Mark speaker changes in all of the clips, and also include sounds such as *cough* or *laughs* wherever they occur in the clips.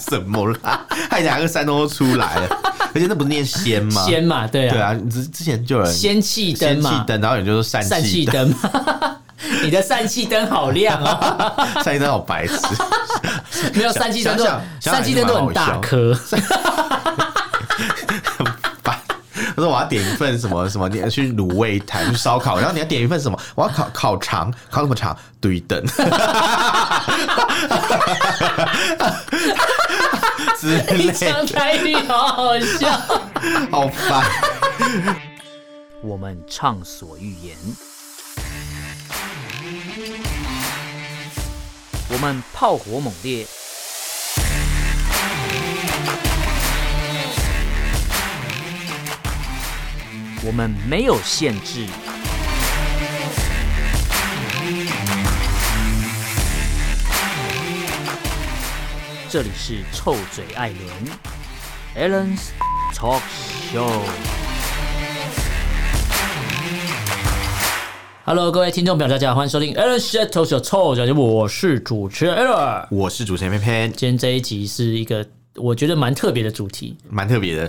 Speaker 1: 什么啦？害两个山都出来了，而且那不是念仙吗？
Speaker 2: 仙嘛，对
Speaker 1: 对
Speaker 2: 啊，
Speaker 1: 啊，之之前就有人
Speaker 2: 仙气灯
Speaker 1: 仙气
Speaker 2: 嘛，
Speaker 1: 灯，然后有人就说疝
Speaker 2: 疝气
Speaker 1: 气灯，
Speaker 2: 灯嘛。 *laughs* 你的疝气灯好亮
Speaker 1: *laughs*
Speaker 2: 哦，
Speaker 1: 疝气灯好白痴， *laughs*
Speaker 2: 没有疝气灯都
Speaker 1: 想想
Speaker 2: 疝气灯都很
Speaker 1: *laughs*
Speaker 2: 大颗，
Speaker 1: 很烦。他说我要点一份什么什么，你要去卤味摊去烧烤，然后你要点一份什么，我要烤烤肠，烤什么肠？对
Speaker 2: *laughs*
Speaker 1: 等之
Speaker 2: *laughs*
Speaker 1: 类
Speaker 2: 你
Speaker 1: 的，
Speaker 2: 讲台语好好笑。
Speaker 1: 好烦。
Speaker 2: 我们畅所欲言，我们炮火猛烈，我们没有限制。这里是臭嘴艾伦 a l l e n s Talk Show。Hello，各位听众朋友，大家好，欢迎收听 Aaron s h a t o 小臭小节目，我是主持人 Aaron。
Speaker 1: 我是主持人偏偏，
Speaker 2: 今天这一集是一个我觉得蛮特别的主题，
Speaker 1: 蛮特别的，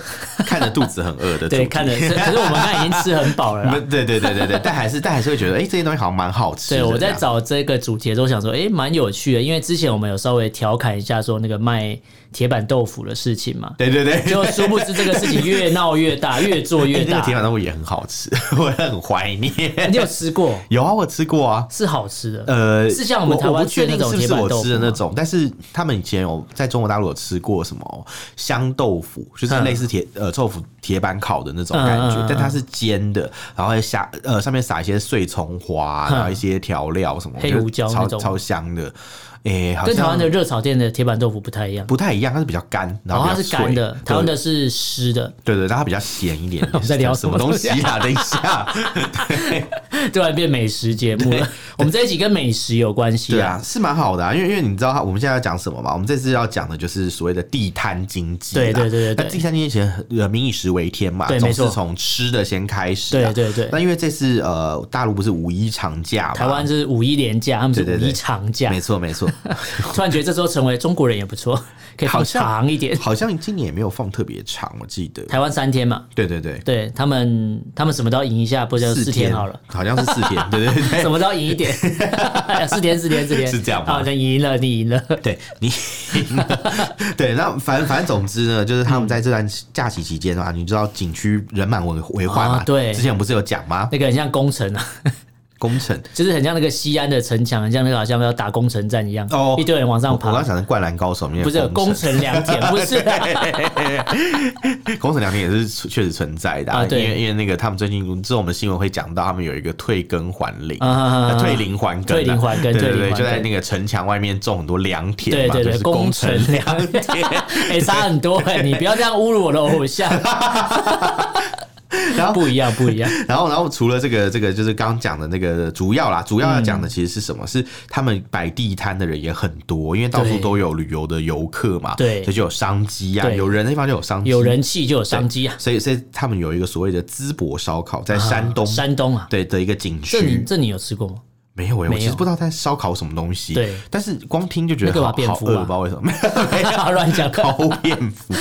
Speaker 1: 看着肚子很饿的主题，
Speaker 2: 对，看着，可可是我们刚才已经吃很饱了
Speaker 1: *laughs*
Speaker 2: 啦。
Speaker 1: 对对对对对，但还是但还是会觉得，哎、这些东西好像蛮好吃的。
Speaker 2: 对，我
Speaker 1: 这
Speaker 2: 在
Speaker 1: 样
Speaker 2: 找这个主题的时候想说，诶，蛮有趣的，因为之前我们有稍微调侃一下说那个卖铁板豆腐的事情嘛，
Speaker 1: 对对对，
Speaker 2: 就殊不知这个事情越闹越大，越
Speaker 1: *laughs*
Speaker 2: 做
Speaker 1: 哎
Speaker 2: 越
Speaker 1: 那
Speaker 2: 大
Speaker 1: 个。铁板豆腐也很好吃， *laughs* 我很怀念。
Speaker 2: 你有吃过？
Speaker 1: 有啊，我吃过啊。
Speaker 2: 是好吃的，
Speaker 1: 呃，
Speaker 2: 是像我们台湾
Speaker 1: 不确定
Speaker 2: 吃的那
Speaker 1: 是
Speaker 2: 种
Speaker 1: 不是
Speaker 2: 铁板
Speaker 1: 我
Speaker 2: 豆腐
Speaker 1: 吃的那
Speaker 2: 吗
Speaker 1: 种，但是他们以前有在中国大陆有吃过什么香豆腐，就是类似铁、呃豆腐铁板烤的那种感觉，
Speaker 2: 嗯嗯嗯
Speaker 1: 但它是煎的，然后下呃上面撒一些碎葱花，然后一些调料什么，
Speaker 2: 嗯
Speaker 1: 我
Speaker 2: 黑
Speaker 1: 觉得
Speaker 2: 胡椒
Speaker 1: 超
Speaker 2: 那种
Speaker 1: 超香的。诶、好像
Speaker 2: 跟台湾的热炒店的铁板豆腐不太一样。
Speaker 1: 不太一样，它是比较干，然
Speaker 2: 然
Speaker 1: 后
Speaker 2: 后
Speaker 1: 比
Speaker 2: 哦
Speaker 1: 较
Speaker 2: 它是干的
Speaker 1: 脆，
Speaker 2: 台湾的是湿的，
Speaker 1: 对对，但它比较咸一点点。
Speaker 2: *laughs* 我们在聊
Speaker 1: 什么
Speaker 2: 什么
Speaker 1: 东西啊？等一
Speaker 2: *laughs*
Speaker 1: 下，
Speaker 2: 突然变美食节目了。我们这一集跟美食有关系
Speaker 1: 对
Speaker 2: 啊。
Speaker 1: 啊，是蛮好的啊，因为因为你知道它我们现在要讲什么嘛？我们这次要讲的就是所谓的地摊经济啦。
Speaker 2: 对对对对对
Speaker 1: 那地摊经济前呃，民以食为天嘛，
Speaker 2: 对
Speaker 1: 总
Speaker 2: 没
Speaker 1: 是
Speaker 2: 错
Speaker 1: 从吃的先开始啊。
Speaker 2: 对对对
Speaker 1: 那因为这次呃，大陆不是五一长假嘛？
Speaker 2: 台湾是五一连假，他们是
Speaker 1: 对
Speaker 2: 五
Speaker 1: 对对
Speaker 2: 一长假
Speaker 1: 没。错没
Speaker 2: *laughs*
Speaker 1: 错，
Speaker 2: 突然觉得这时候成为中国人也不错，可以放
Speaker 1: 好像
Speaker 2: 长一点。
Speaker 1: 好像今年也没有放特别长，我记得。
Speaker 2: 台湾三天嘛，
Speaker 1: 对对对，
Speaker 2: 对他们，他们什么都要赢一下，不就四天好了？，
Speaker 1: 好像是四
Speaker 2: *laughs*
Speaker 1: 天。对对对
Speaker 2: 什么都要赢一
Speaker 1: *laughs*
Speaker 2: 点，四天四天四天
Speaker 1: 哎是这样吗
Speaker 2: 好，那你赢了，你赢了。 *laughs*
Speaker 1: 对你， *laughs* 对，那反正反正总之呢，就是他
Speaker 2: 嗯
Speaker 1: 们在这段假期期间啊，你知道景区人满为为患嘛、
Speaker 2: 啊对
Speaker 1: 之前我们不是有讲吗？
Speaker 2: 那个很像工程啊，
Speaker 1: 工程，
Speaker 2: 就是很像那个西安的城墙，很像那个好像要打工程战一样，
Speaker 1: 哦
Speaker 2: 一堆人往
Speaker 1: 我
Speaker 2: 上
Speaker 1: 我刚
Speaker 2: 爬。
Speaker 1: 想成《灌篮高手》里面
Speaker 2: 不
Speaker 1: 的
Speaker 2: 是有
Speaker 1: 工
Speaker 2: 工
Speaker 1: 程，
Speaker 2: 程良田，不是啊
Speaker 1: 工程两天也是存确实存在的、
Speaker 2: 啊对
Speaker 1: 因为因为那个他们最近之后我们新闻会讲到，他们有一个退耕还林。
Speaker 2: 啊啊啊
Speaker 1: 呃
Speaker 2: 啊
Speaker 1: 退林还耕啊，
Speaker 2: 退林还耕
Speaker 1: 对对
Speaker 2: 退
Speaker 1: 对，
Speaker 2: 林还
Speaker 1: 就在
Speaker 2: 耕
Speaker 1: 那个城墙外面种很多良田
Speaker 2: 对
Speaker 1: 嘛，
Speaker 2: 对
Speaker 1: 就
Speaker 2: 对，
Speaker 1: 是工程
Speaker 2: 良田， *laughs* 哎，差很多哎，你不要这样侮辱我的偶像，
Speaker 1: *laughs* 然后
Speaker 2: 不一样不一样，
Speaker 1: 然后，然后除了这个，这个就是刚刚讲的那个主要啦，主要要
Speaker 2: 嗯
Speaker 1: 讲的其实是什么？是他们摆地摊的人也很多，因为到处
Speaker 2: 对
Speaker 1: 都有旅游的游客嘛，
Speaker 2: 对
Speaker 1: 所以就有商机啊，
Speaker 2: 对
Speaker 1: 有人的地方就有商机，
Speaker 2: 有人气就有商机啊，
Speaker 1: 所以所以他们有一个所谓的淄博烧烤，在山东、
Speaker 2: 山东啊，
Speaker 1: 对的一个景
Speaker 2: 这你
Speaker 1: 区。
Speaker 2: 这你有吃过吗？
Speaker 1: 没有诶、欸我
Speaker 2: 没有
Speaker 1: 其实不知道在烧烤什么东西，
Speaker 2: 对
Speaker 1: 但是光听就觉
Speaker 2: 那
Speaker 1: 得
Speaker 2: 个
Speaker 1: 好
Speaker 2: 吧蝙
Speaker 1: 好
Speaker 2: 蝠
Speaker 1: 饿，
Speaker 2: 吧
Speaker 1: 不知道为什么。 *laughs* *laughs* 没有
Speaker 2: 乱讲，
Speaker 1: 高
Speaker 2: *laughs*
Speaker 1: 蝙蝠，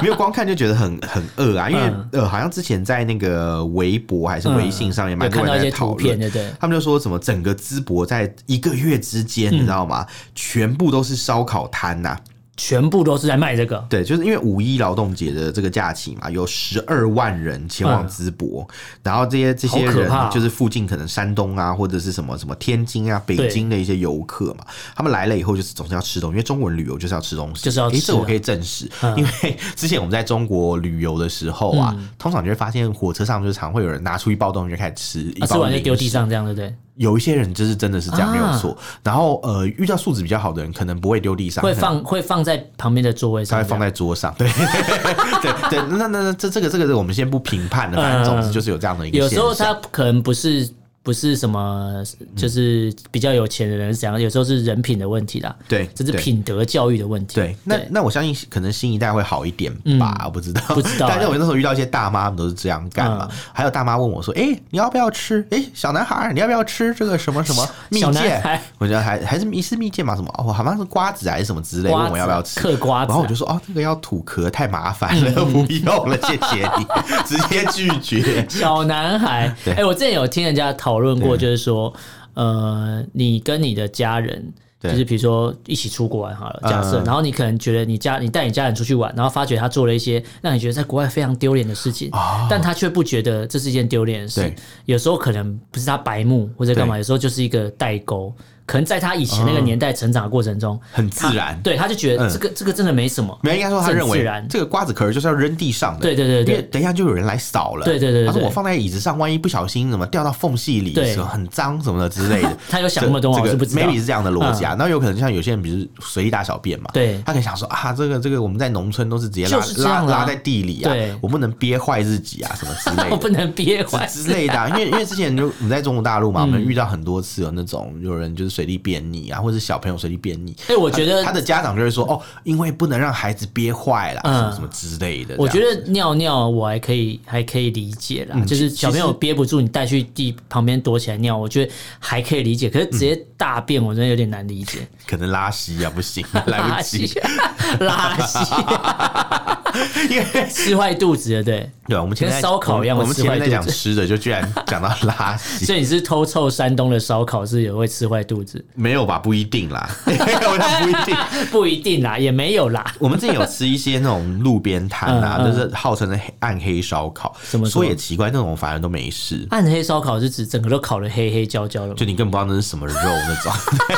Speaker 1: 没有光看就觉得很很饿啊，因为、
Speaker 2: 嗯
Speaker 1: 呃，好像之前在那个微博还是微信上面，蛮
Speaker 2: 有
Speaker 1: 多
Speaker 2: 看到
Speaker 1: 人
Speaker 2: 一
Speaker 1: 在
Speaker 2: 些
Speaker 1: 讨
Speaker 2: 图片，
Speaker 1: 论。
Speaker 2: 对不对？
Speaker 1: 他们就说什么整个淄博在一个月之间，
Speaker 2: 嗯
Speaker 1: 你知道吗？全部都是烧烤摊呐、
Speaker 2: 全部都是在卖这个，
Speaker 1: 对，就是因为五一劳动节的这个假期嘛，有十二万人前往
Speaker 2: 嗯
Speaker 1: 淄博，然后这些这些
Speaker 2: 好可
Speaker 1: 人
Speaker 2: 怕哦
Speaker 1: 就是附近可能山东啊，或者是什么什么天津啊、北
Speaker 2: 对
Speaker 1: 京的一些游客嘛，他们来了以后就是总是要吃东西，因为中国人旅游就是要吃东西，
Speaker 2: 就是要
Speaker 1: 诶
Speaker 2: 吃
Speaker 1: 这我
Speaker 2: 啊
Speaker 1: 可以证实，
Speaker 2: 嗯嗯
Speaker 1: 因为之前我们在中国旅游的时候啊，通常你会发现火车上就常会有人拿出一包东西就开始吃，一
Speaker 2: 啊吃
Speaker 1: 包
Speaker 2: 完就
Speaker 1: 零
Speaker 2: 丢地
Speaker 1: 食
Speaker 2: 上，这样对不对？
Speaker 1: 有一些人就是真的是这样，没有
Speaker 2: 啊
Speaker 1: 错。然后呃，遇到素质比较好的人，可能不会丢地上，
Speaker 2: 会
Speaker 1: 可能
Speaker 2: 放会放在旁边的座位
Speaker 1: 它
Speaker 2: 上
Speaker 1: 会
Speaker 2: 这
Speaker 1: 放
Speaker 2: 样，
Speaker 1: 在桌上，对 *laughs* 对对，那那那这这个这个我们先不评判了，反正
Speaker 2: 嗯
Speaker 1: 总之就是有这样的一个
Speaker 2: 有
Speaker 1: 现象。
Speaker 2: 时候他可能不是不是什么就是比较有钱的人是怎样，有时候是人品的问题啦，
Speaker 1: 对
Speaker 2: 这是
Speaker 1: 对
Speaker 2: 品德教育的问题。
Speaker 1: 对，那那我相信可能新一代会好一点吧，我不知道。
Speaker 2: 嗯不知
Speaker 1: *laughs*
Speaker 2: 道嗯
Speaker 1: 但是
Speaker 2: 欸
Speaker 1: 我那时候遇到一些大妈，他们都是这样干嘛。还有大妈问我说：“哎、你要不要吃？哎、小男孩儿，你要不要吃这个什么什么蜜
Speaker 2: 小男
Speaker 1: 饯
Speaker 2: 孩？”
Speaker 1: 我觉得还还是蜜是蜜饯嘛，什么哦，好像是瓜子还是什么之类，问
Speaker 2: 瓜
Speaker 1: 我
Speaker 2: 子
Speaker 1: 要不要吃
Speaker 2: 嗑瓜子啊
Speaker 1: 然后我就说：“哦，那个要吐壳，太麻烦
Speaker 2: *laughs*
Speaker 1: 了，不用了，谢谢你，直接拒绝。
Speaker 2: 小男孩，
Speaker 1: *laughs* 对
Speaker 2: 哎、我之前有听人家讨论过，就是说，呃，你跟你的家人，
Speaker 1: 对
Speaker 2: 就是比如说一起出国玩好了，
Speaker 1: 嗯
Speaker 2: 假设，
Speaker 1: 嗯
Speaker 2: 然后你可能觉得你家你带你家人出去玩，然后发觉他做了一些让你觉得在国外非常丢脸的事情，但他却不觉得这是一件丢脸的事
Speaker 1: 哦对。
Speaker 2: 有时候可能不是他白目或者干嘛，
Speaker 1: 对
Speaker 2: 有时候就是一个代沟。可能在他以前那个年代成长的过程中，
Speaker 1: 很自
Speaker 2: 他
Speaker 1: 然
Speaker 2: 对，他就觉得
Speaker 1: 嗯
Speaker 2: 这个、这个真的没什么。
Speaker 1: 没有应该说他
Speaker 2: 是很
Speaker 1: 认
Speaker 2: 自
Speaker 1: 为
Speaker 2: 然
Speaker 1: 这个瓜子壳就是要扔地上的，
Speaker 2: 对对对对
Speaker 1: 因为等一下就有人来扫了，
Speaker 2: 对对对对
Speaker 1: 他说
Speaker 2: 对
Speaker 1: 我放在椅子上，万一不小心怎么掉到缝隙里，
Speaker 2: 对
Speaker 1: 什么很脏什么的之类的
Speaker 2: *laughs* ，他有想那么多吗
Speaker 1: 这
Speaker 2: 我
Speaker 1: 这
Speaker 2: 是
Speaker 1: 个
Speaker 2: 不知道嗯
Speaker 1: maybe 是这样的逻辑啊，那有可能像有些人，比如随地大小便嘛，
Speaker 2: 对
Speaker 1: 他可以想说啊，这个这个我们在农村都是直接拉
Speaker 2: 就是这
Speaker 1: 拉
Speaker 2: 样啊
Speaker 1: 拉在地里啊
Speaker 2: 对，
Speaker 1: 我不能憋坏自己啊，什么之类
Speaker 2: *laughs* 我
Speaker 1: 的。 *laughs*
Speaker 2: 不能憋坏。
Speaker 1: 之类的啊、因为因为之前就我们在中国大陆
Speaker 2: 嗯
Speaker 1: 嘛，我们遇到很多次有那种有人就是随地便溺啊，或者是小朋友随地便溺。
Speaker 2: 哎、我觉得
Speaker 1: 他的家长就会说哦，因为不能让孩子憋坏了，
Speaker 2: 嗯
Speaker 1: 什么什么之类的。
Speaker 2: 我觉
Speaker 1: 得
Speaker 2: 得尿尿我还可以，还可以理解啦，
Speaker 1: 嗯
Speaker 2: 就是小朋友憋不住，你带去地旁边躲起来尿，我觉得还可以理解。可
Speaker 1: 嗯
Speaker 2: 是直接大便，我真的有点难理解。
Speaker 1: 可能拉稀啊，不行， *laughs*
Speaker 2: *laughs*
Speaker 1: 来不及，，
Speaker 2: 拉稀， *laughs*
Speaker 1: 因为。
Speaker 2: 吃坏肚子了，对。
Speaker 1: 对，啊我们前面在
Speaker 2: 跟烧烤一样
Speaker 1: 我们我们
Speaker 2: 我吃
Speaker 1: 前面在
Speaker 2: 坏肚
Speaker 1: 讲
Speaker 2: 子
Speaker 1: 吃的，就居然讲到拉稀， *laughs*
Speaker 2: 所以你是偷臭山东的烧烤，是也会吃坏肚子？
Speaker 1: 没有吧？不一定啦， *laughs* 我想不一定。
Speaker 2: 不一定啦，也没有啦。
Speaker 1: 我们之前有吃一些那种路边摊啊，
Speaker 2: 嗯嗯
Speaker 1: 就是号称的黑暗黑烧烤，
Speaker 2: 怎么说
Speaker 1: 说也奇怪，那种反而都没事，
Speaker 2: 暗黑烧烤是指整个都烤得黑黑焦焦的吗
Speaker 1: 就你更不知道那是什么肉那种。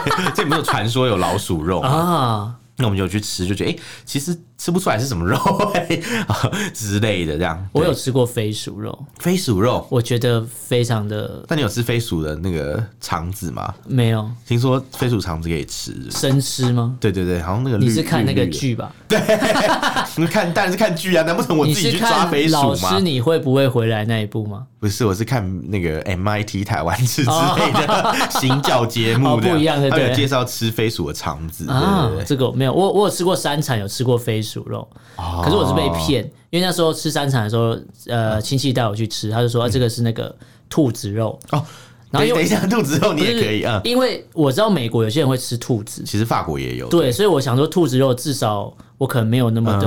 Speaker 1: *laughs* 对这里不是有传说有老鼠肉吗？
Speaker 2: 啊，
Speaker 1: 那我们就去吃，就觉得哎、诶其实吃不出来是什么肉、 *laughs* 嘿啊之类的，这样。
Speaker 2: 我
Speaker 1: 对
Speaker 2: 有吃过飞鼠肉，
Speaker 1: 飞鼠肉，
Speaker 2: 我觉得非常的
Speaker 1: 那你有吃飞鼠的那个肠子吗？
Speaker 2: 没有
Speaker 1: 听说飞鼠肠子可以吃。
Speaker 2: 生吃吗？
Speaker 1: 对对对，好像那个绿
Speaker 2: 你是看那个，
Speaker 1: 绿
Speaker 2: 剧吧？
Speaker 1: 绿的你看当然是看剧啊，难不成我
Speaker 2: 你
Speaker 1: 自己
Speaker 2: 是
Speaker 1: 去抓
Speaker 2: 看
Speaker 1: 飞
Speaker 2: 老
Speaker 1: 鼠吗
Speaker 2: 师？你会不会回来那一部吗？
Speaker 1: 不是，我是看那个 MIT 台湾
Speaker 2: *laughs*
Speaker 1: 制之类 *laughs* 的行教节目
Speaker 2: 哦不一样的
Speaker 1: 他们有
Speaker 2: 对
Speaker 1: 介绍吃飞鼠的肠子，对
Speaker 2: 啊
Speaker 1: 对对，对，
Speaker 2: 这个我没有，我我有吃过山产，有吃过飞鼠肉，
Speaker 1: 哦嗯
Speaker 2: 可是我是被骗，因为那时候吃山产的时候，呃，亲戚带我去吃，他就说、啊这个是那个兔子肉，
Speaker 1: 哦。
Speaker 2: 然后
Speaker 1: 等
Speaker 2: 因
Speaker 1: 等
Speaker 2: 为
Speaker 1: 一
Speaker 2: *laughs*
Speaker 1: 下，肚子肉你
Speaker 2: 不
Speaker 1: 也
Speaker 2: 是
Speaker 1: 可以啊。嗯
Speaker 2: 因为我知道美国有些人会吃兔子，
Speaker 1: 其实法国也有，
Speaker 2: 对，所以我想说兔子肉至少我可能没有那么
Speaker 1: 嗯
Speaker 2: 的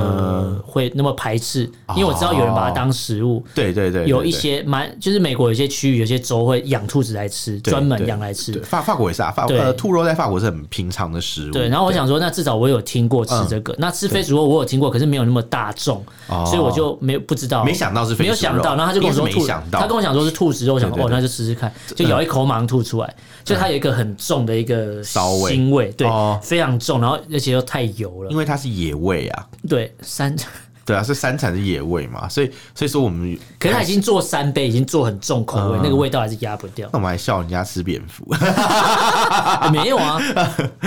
Speaker 1: 哦
Speaker 2: 会那么排斥，因为我知道有人把它当食物，
Speaker 1: 对对对，对
Speaker 2: 有一
Speaker 1: 对
Speaker 2: 些蛮就是美国有些区域有些州会养兔子来吃，
Speaker 1: 对
Speaker 2: 专门
Speaker 1: 对
Speaker 2: 养来吃
Speaker 1: 对，法法国也是啊，法
Speaker 2: 对
Speaker 1: 呃兔肉在法国是很平常的食物。
Speaker 2: 对，然后我想说，那至少我有听过吃
Speaker 1: 嗯
Speaker 2: 这个。那吃飞鼠肉我有听过，可是没有那么大众，
Speaker 1: 哦
Speaker 2: 所以我就没有不知道，
Speaker 1: 没想到是飞
Speaker 2: 没有
Speaker 1: 鼠
Speaker 2: 想
Speaker 1: 肉
Speaker 2: 到。然后他就跟我说
Speaker 1: 你也是
Speaker 2: 兔
Speaker 1: 没想，到
Speaker 2: 他跟我讲说是兔子肉，我想
Speaker 1: 对
Speaker 2: 说哦，
Speaker 1: 对对嗯
Speaker 2: 那就试试看，就咬一口马上吐出来，就它有一个很重的一个
Speaker 1: 骚味
Speaker 2: 腥味，对
Speaker 1: 哦，
Speaker 2: 非常重，然后而且又太油了
Speaker 1: 因，为它是野味啊，
Speaker 2: 对，
Speaker 1: *laughs*
Speaker 2: 三，
Speaker 1: 对啊，是山产是野味嘛，所以所以说我们，
Speaker 2: 可是它已经做三杯，已经做很重口
Speaker 1: 嗯
Speaker 2: 味，那个味道还是压不掉。
Speaker 1: 那我们还笑人家吃蝙蝠， *laughs*
Speaker 2: 啊没有啊，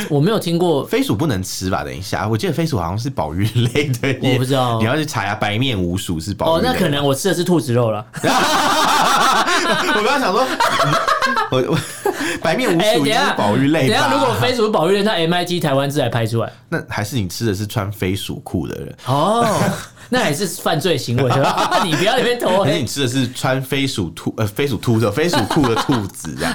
Speaker 2: 我没有听过，
Speaker 1: 飞鼠不能吃吧？等一下，我记得飞鼠好像是保育类的耶，
Speaker 2: *laughs* 我不知道
Speaker 1: 你要去查一下，白面鼯鼠是 *laughs* 保
Speaker 2: 哦
Speaker 1: 育，类。
Speaker 2: 那可能我吃的是兔子肉了。
Speaker 1: *laughs* 我刚刚想说，嗯 *laughs* 我我白面鼯
Speaker 2: 哎，
Speaker 1: 鼠
Speaker 2: 等一
Speaker 1: 应该
Speaker 2: 下，
Speaker 1: 是保育类
Speaker 2: 等一
Speaker 1: 吧？
Speaker 2: 下，如果飞鼠保育类，那 MIT 台湾字还拍出来
Speaker 1: 那还是你吃的是穿飞鼠裤的人，
Speaker 2: 哦，那也是犯
Speaker 1: *laughs*
Speaker 2: 罪行为。你不要里面头
Speaker 1: 还是
Speaker 2: 黑
Speaker 1: 哎你，吃的是穿飞鼠兔呃飞鼠兔的飞鼠裤的兔子这
Speaker 2: *laughs*
Speaker 1: 样？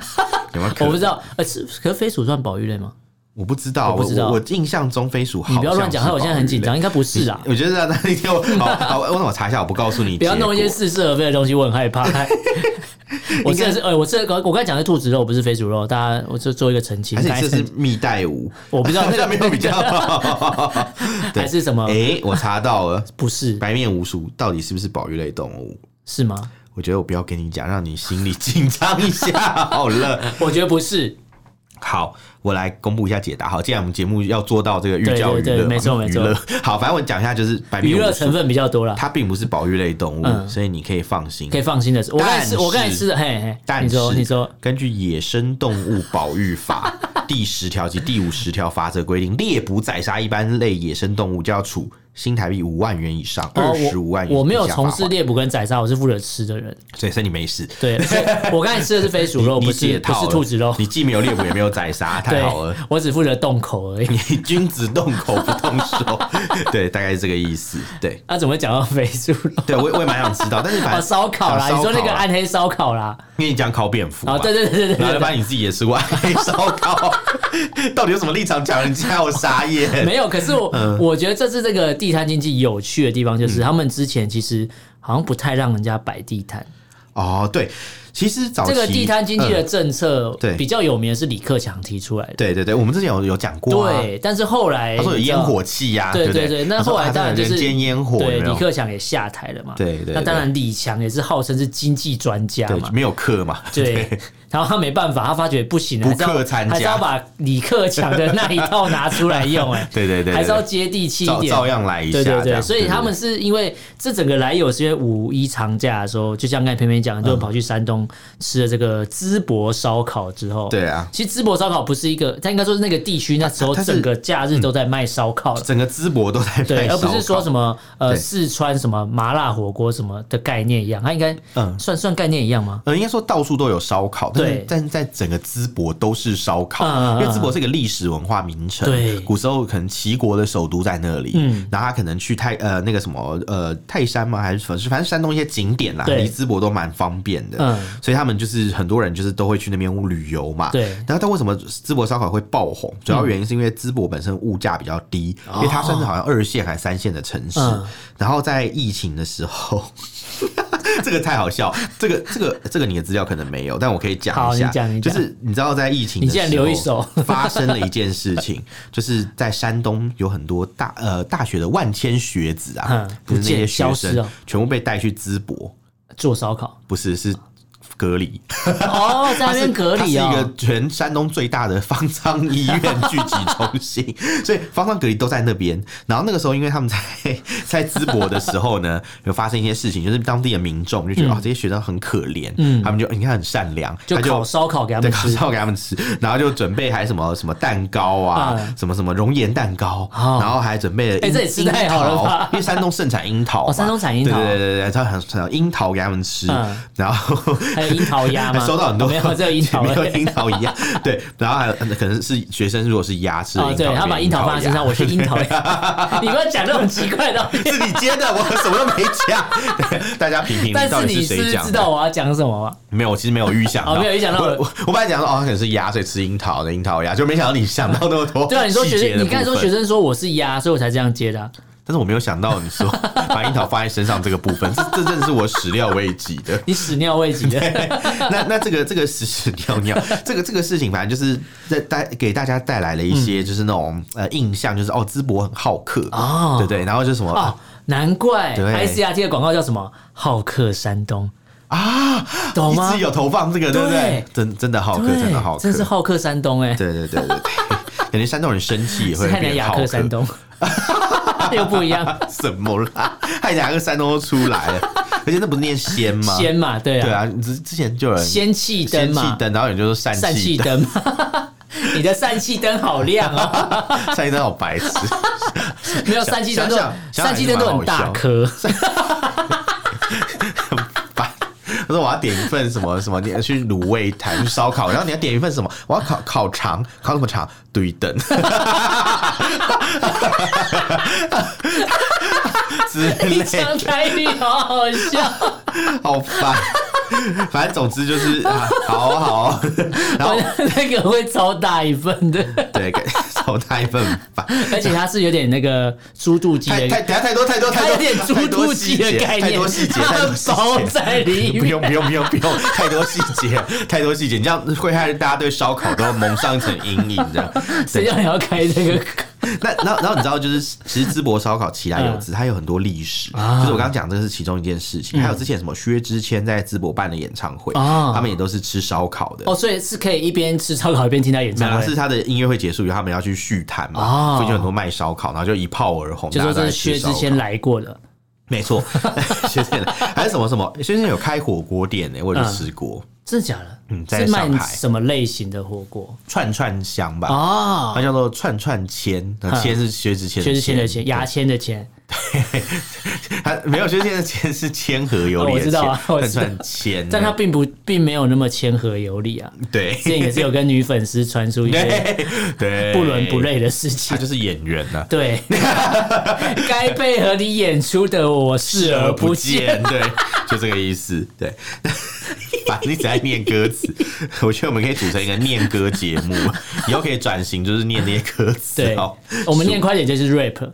Speaker 1: 有没有可能？
Speaker 2: 我不知道。呃，是可是飞鼠算保育类吗？
Speaker 1: 我不知道，
Speaker 2: 我不知道
Speaker 1: 我我印象中飞鼠好像
Speaker 2: 你不要乱讲，害我现在很紧张， *laughs*
Speaker 1: 是
Speaker 2: 应该不是啊
Speaker 1: 保育。类。我觉得那那天我好好，我那我查一下，我不告诉你。
Speaker 2: 不要弄一些似是而非的东西，我很
Speaker 1: *laughs*
Speaker 2: 害怕。 *laughs* 我真的是，呃，我这我刚才讲的是兔子肉，不是飞鼠肉，大家我就做一个澄清。
Speaker 1: 结果，还是你这
Speaker 2: 刚才
Speaker 1: 是蜜袋鼯？
Speaker 2: *laughs* 我不知道那个
Speaker 1: 没有比较好。 *laughs* 对
Speaker 2: *laughs* 还是什么？
Speaker 1: 哎，我查到了，
Speaker 2: 不是
Speaker 1: 白面鼯鼠到底是不是保育类动物？*laughs*
Speaker 2: 是吗？
Speaker 1: 我觉得我不要跟你讲，让你心里紧张一下好了。
Speaker 2: 我觉得不是。
Speaker 1: 好，我来公布一下解答。好，既然我们节目要做到这个寓教于
Speaker 2: 对对对
Speaker 1: 乐嘛，
Speaker 2: 没错没
Speaker 1: *laughs*
Speaker 2: 错
Speaker 1: 娱乐。好，反正我讲一下，就是百变
Speaker 2: 娱乐
Speaker 1: 武术
Speaker 2: 成分比较多啦，
Speaker 1: 它并不是保育类动物，
Speaker 2: 嗯
Speaker 1: 所以你可以放心
Speaker 2: 可。以放心的吃。我刚才吃，
Speaker 1: 但是
Speaker 2: 我刚才吃的，嘿嘿，
Speaker 1: 但
Speaker 2: 你
Speaker 1: 是
Speaker 2: 说你说，
Speaker 1: 根据《野生动物保育
Speaker 2: *laughs*
Speaker 1: 法》第十条及第五十条法则规定，猎捕、宰杀一般类野生动物就要处新台币五万元以上
Speaker 2: 哦
Speaker 1: 二十五万元以下罚款、
Speaker 2: 我我没有从事猎捕跟宰杀，我是负责吃的人。
Speaker 1: 所以所以你没事。
Speaker 2: 对，所以我刚才吃的是飞鼠
Speaker 1: *laughs*
Speaker 2: 肉，
Speaker 1: 你
Speaker 2: 不
Speaker 1: 解
Speaker 2: 是不
Speaker 1: 套
Speaker 2: 是
Speaker 1: 了
Speaker 2: 兔子肉。
Speaker 1: 你既没有猎捕也没有宰
Speaker 2: *laughs*
Speaker 1: 杀，太
Speaker 2: 对
Speaker 1: 好了。，
Speaker 2: 我只负责动口而已。 *laughs*
Speaker 1: 你君子动口不动手， *laughs* 对，大概是这个意思。对，
Speaker 2: 啊那怎么会讲到飞鼠肉？
Speaker 1: 对我也我也蛮想知道，但是
Speaker 2: *laughs*
Speaker 1: 反
Speaker 2: 哦，
Speaker 1: 正
Speaker 2: 烧烤啦，
Speaker 1: 啊
Speaker 2: 你说那个
Speaker 1: 烧烤啊
Speaker 2: 暗黑烧烤啦？
Speaker 1: 因为你讲烤蝙蝠嘛
Speaker 2: 哦，对对对对
Speaker 1: 然后
Speaker 2: 对
Speaker 1: 就
Speaker 2: 对，
Speaker 1: 把你自己也吃过黑烧烤，到底有什么立场讲人家？我傻眼。
Speaker 2: 没有。可是我
Speaker 1: 嗯
Speaker 2: 我觉得这次这个地摊经济有趣的地方，就是他们之前其实好像不太让人家摆地摊。
Speaker 1: 哦，对，其实早期
Speaker 2: 这个地摊经济的
Speaker 1: 嗯
Speaker 2: 政策
Speaker 1: 对
Speaker 2: 比较有名的是李克强提出来的，
Speaker 1: 对对对，我们之前有有讲过啊，
Speaker 2: 对，但是后来
Speaker 1: 他说有
Speaker 2: 你知道
Speaker 1: 烟火气呀，
Speaker 2: 对
Speaker 1: 不
Speaker 2: 对
Speaker 1: 对
Speaker 2: 对，，那后来
Speaker 1: 他说啊
Speaker 2: 当然
Speaker 1: 这
Speaker 2: 就
Speaker 1: 个
Speaker 2: 是
Speaker 1: 人间烟火，
Speaker 2: 对
Speaker 1: 有没有
Speaker 2: 李克强也下台了嘛，
Speaker 1: 对对对
Speaker 2: 那当然李强也是号称是经济专家
Speaker 1: 对
Speaker 2: 嘛，
Speaker 1: 没有课嘛，
Speaker 2: 对，然后他没办法，他发觉不行，还是
Speaker 1: 不克
Speaker 2: 要
Speaker 1: 参加，
Speaker 2: 还是要把李克强的那一套拿出来用，哎
Speaker 1: *laughs* 对对对对
Speaker 2: 还是要接地气一
Speaker 1: 照
Speaker 2: 点，
Speaker 1: 照样来一下
Speaker 2: 对
Speaker 1: 这
Speaker 2: 对
Speaker 1: 样，
Speaker 2: 对，所以他们是因为这整个来由是因为五一长假的时候，就像刚才偏偏讲，
Speaker 1: 嗯
Speaker 2: 就跑去山东吃了这个淄博烧烤之后，
Speaker 1: 对啊
Speaker 2: 其实淄博烧烤不是一个，它应该说是那个地区那时候
Speaker 1: 它它是
Speaker 2: 整个假日都在卖烧烤的。
Speaker 1: 整个淄博都在
Speaker 2: 对，
Speaker 1: 卖
Speaker 2: 而不
Speaker 1: 烧
Speaker 2: 是说
Speaker 1: 烤
Speaker 2: 什么呃
Speaker 1: 对
Speaker 2: 四川什么麻辣火锅什么的概念一样，它应该
Speaker 1: 嗯
Speaker 2: 算算概念一样吗？
Speaker 1: 呃，应该说到处都有烧烤，但是
Speaker 2: 对
Speaker 1: 但是在整个淄博都是烧烤，
Speaker 2: 嗯嗯嗯
Speaker 1: 因为淄博是一个历史文化名城，
Speaker 2: 对
Speaker 1: 古时候可能齐国的首都在那里，
Speaker 2: 嗯
Speaker 1: 然后他可能去泰呃那个什么呃泰山吗？还是反正反正山东一些景点啦，
Speaker 2: 对
Speaker 1: 离淄博都蛮方便的，
Speaker 2: 嗯
Speaker 1: 所以他们就是很多人就是都会去那边旅游嘛，
Speaker 2: 对嗯
Speaker 1: 然后但为什么淄博烧烤会爆红？主要原因是因为淄博本身物价比较低，因为它算是好像二线还三线的城市，
Speaker 2: 哦嗯
Speaker 1: 然后在疫情的时候。 *laughs* 这个太好笑，这个这个这个你的资料可能没有，但我可以讲
Speaker 2: 好
Speaker 1: 一
Speaker 2: 你
Speaker 1: 下，
Speaker 2: 讲你
Speaker 1: 就
Speaker 2: 讲
Speaker 1: 是你知道在疫情的
Speaker 2: 你竟然
Speaker 1: 时候
Speaker 2: 留一手
Speaker 1: *laughs* 发生了一件事情，就是在山东有很多大呃大学的万千学子啊
Speaker 2: 嗯，
Speaker 1: 就是那些
Speaker 2: 不见
Speaker 1: 学
Speaker 2: 消失
Speaker 1: 生、
Speaker 2: 哦
Speaker 1: 全部被带去淄博，
Speaker 2: 做烧烤
Speaker 1: 不是是隔离，
Speaker 2: 哦，在那边隔离
Speaker 1: 它是一
Speaker 2: 哦
Speaker 1: 个，全山东最大的方舱医院聚集中心， *laughs* 所以方舱隔离都在那边。然后那个时候，因为他们在 *laughs* 在淄博的时候呢，有发生一些事情，就是当地的民众就觉得啊、哦，这些学生很可怜，嗯，他们就你看很善良，
Speaker 2: 嗯就
Speaker 1: 他
Speaker 2: 烤烧烤给他 *laughs*
Speaker 1: 对，
Speaker 2: 们
Speaker 1: 烤
Speaker 2: 吃，
Speaker 1: 烧给他们吃，然后就准备还什么什么蛋糕啊，
Speaker 2: 嗯
Speaker 1: 什么什么熔岩蛋糕，
Speaker 2: 哦
Speaker 1: 然后还准备了樱，
Speaker 2: 哎这也吃太好了
Speaker 1: 樱桃
Speaker 2: 吧
Speaker 1: 因为山东盛产樱桃嘛，
Speaker 2: 哦山东产樱桃
Speaker 1: 对对对对，他很很樱桃给他们吃
Speaker 2: 嗯，
Speaker 1: 然后
Speaker 2: 还有樱桃
Speaker 1: *laughs*
Speaker 2: 鸭吗？
Speaker 1: 收到很多，
Speaker 2: 哦没有，只有樱桃
Speaker 1: 没有
Speaker 2: 而已。
Speaker 1: 樱桃
Speaker 2: *laughs*
Speaker 1: 一样。对，然后还有可能是学生，如果是鸭吃的
Speaker 2: 哦，
Speaker 1: 樱桃，
Speaker 2: 对，他把樱桃放在身上，我是樱桃鸭。
Speaker 1: *laughs*
Speaker 2: 你不要讲这种奇怪的东西。
Speaker 1: 是你接的，我什么都没讲。 *laughs* 对大家评评
Speaker 2: 但
Speaker 1: 理，到
Speaker 2: 是
Speaker 1: 底
Speaker 2: 你是不
Speaker 1: 谁
Speaker 2: 是
Speaker 1: 讲
Speaker 2: 知
Speaker 1: 的？
Speaker 2: 道我要讲什么吗？
Speaker 1: 没有，我其实没有预想到，
Speaker 2: 哦没有预想到
Speaker 1: 我我我本来讲说哦，他可能是鸭，所以吃樱桃的樱桃鸭，就没想到你想到那么多。
Speaker 2: *laughs* 对啊，你说学生，你刚才说学
Speaker 1: 生，
Speaker 2: 生说我是鸭，所以我才这样接的啊。
Speaker 1: 但是我没有想到你
Speaker 2: *laughs*
Speaker 1: 说把樱桃放在身上这个部分，这这真的是我始料未及的。
Speaker 2: 你屎尿未及
Speaker 1: *laughs*
Speaker 2: 的，
Speaker 1: 啊那那这个这个屎屎 *laughs* 尿尿，这个这个事情，反正就是在带给大家带来了一
Speaker 2: 嗯
Speaker 1: 些就是那种、呃印象，就是哦，淄博很好客
Speaker 2: 哦
Speaker 1: 对不对？然后就什么、
Speaker 2: 哦，难怪
Speaker 1: 对
Speaker 2: ICRT 的广告叫什么“好客山东
Speaker 1: 啊，”，
Speaker 2: 懂
Speaker 1: 一
Speaker 2: 吗
Speaker 1: 直？有投放这个，对不对
Speaker 2: 对？
Speaker 1: 真真的好客，真的好客
Speaker 2: 对，真，是好客山东哎，
Speaker 1: 对对对对对，感觉山东人生气也
Speaker 2: 是
Speaker 1: 会
Speaker 2: 汉南
Speaker 1: 变
Speaker 2: 雅
Speaker 1: 好
Speaker 2: 克山东， *laughs* 又不一
Speaker 1: *laughs*
Speaker 2: 样，
Speaker 1: 什么啦？汉雅克山东都出来了，而且那不是念仙吗？
Speaker 2: 仙嘛，对
Speaker 1: 对
Speaker 2: 啊，
Speaker 1: 啊，之之前就有人
Speaker 2: 仙气灯
Speaker 1: 仙气
Speaker 2: 嘛，
Speaker 1: 灯，然后有人就说疝
Speaker 2: 疝气
Speaker 1: 气灯，
Speaker 2: 灯。你的疝气灯好亮哦，
Speaker 1: 疝气灯好白痴。
Speaker 2: 没有疝气灯都
Speaker 1: 想想
Speaker 2: 疝气灯都很大颗，
Speaker 1: *laughs* 烦。我说我要点一份什么什么，你要去卤味摊去烧烤，然后你要点一份什么？我要烤烤肠，烤什么肠？对等之
Speaker 2: 你
Speaker 1: 类的，
Speaker 2: 讲台语好好笑。
Speaker 1: 好烦。反正总之就是，啊、好啊好啊，然后
Speaker 2: 我那个会超大一份的，
Speaker 1: 对，给 *laughs* 少带一份吧。
Speaker 2: 而且它是有点那个猪肚鸡
Speaker 1: 太
Speaker 2: 的
Speaker 1: 太，等下太多太多太
Speaker 2: 它
Speaker 1: 多
Speaker 2: 有点猪
Speaker 1: 太多
Speaker 2: 肚
Speaker 1: 细
Speaker 2: 鸡
Speaker 1: 节
Speaker 2: 的概念，
Speaker 1: 太多细节，太
Speaker 2: 它
Speaker 1: 多细
Speaker 2: 包
Speaker 1: 节。
Speaker 2: 在里
Speaker 1: 不
Speaker 2: 面。
Speaker 1: 用不用不用不用，太多细节，太多细节，你这样会害大家对烧烤都蒙上一层阴影。这样，
Speaker 2: 谁叫你要开这个？
Speaker 1: 那然后然后你知道，就是其实淄博烧烤其来
Speaker 2: 嗯
Speaker 1: 有之，它有很多历史，
Speaker 2: 啊
Speaker 1: 就是我刚刚讲这个是其中一件事情，还有之前什么薛之谦在淄博办的演唱会，
Speaker 2: 嗯啊
Speaker 1: 他们也都是吃烧烤的。
Speaker 2: 哦，啊所以是可以一边吃烧烤一边听他演
Speaker 1: 本
Speaker 2: 唱
Speaker 1: 来
Speaker 2: 会
Speaker 1: 是，他的音乐会结束以后，他们要去续谈嘛，
Speaker 2: 哦
Speaker 1: 所以就很多卖烧烤，然后就一炮而红。
Speaker 2: 就
Speaker 1: 大
Speaker 2: 说
Speaker 1: 家都
Speaker 2: 这
Speaker 1: 在
Speaker 2: 是
Speaker 1: 吃
Speaker 2: 薛之
Speaker 1: 烧
Speaker 2: 谦
Speaker 1: 烤
Speaker 2: 来过的，
Speaker 1: 没 *laughs* 错，薛之谦来还是什么什么，薛之谦有开火锅店呢、我有去吃过、
Speaker 2: 真的假的？
Speaker 1: 嗯在
Speaker 2: 是
Speaker 1: 上
Speaker 2: 卖
Speaker 1: 海
Speaker 2: 什么类型的火锅
Speaker 1: 串串香吧，
Speaker 2: 啊？
Speaker 1: 它叫做串串签，那签是薛之谦，
Speaker 2: 薛之谦的钱，牙嗯签的钱，
Speaker 1: 他没有，就是现在签是谦和有礼的谦，
Speaker 2: 哦我知道啊我
Speaker 1: 但
Speaker 2: 知道
Speaker 1: 算谦，
Speaker 2: 但他并不并没有那么谦和有礼啊。
Speaker 1: 对
Speaker 2: 之前也是有跟女粉丝传出一些
Speaker 1: *laughs* 对对
Speaker 2: 不伦不，类的事
Speaker 1: 他 *laughs*
Speaker 2: 情。
Speaker 1: 就是演员呐、
Speaker 2: 对，该配合你演出的我视而不见。，
Speaker 1: 对，就这个意思，对。 *laughs* 反正一直在念歌词， *laughs* 我觉得我们可以组成一个念歌节目，以后可以转型，就是念那些歌词
Speaker 2: 对
Speaker 1: 哦。，
Speaker 2: 我们念快点就是
Speaker 1: *laughs*
Speaker 2: rap，
Speaker 1: 是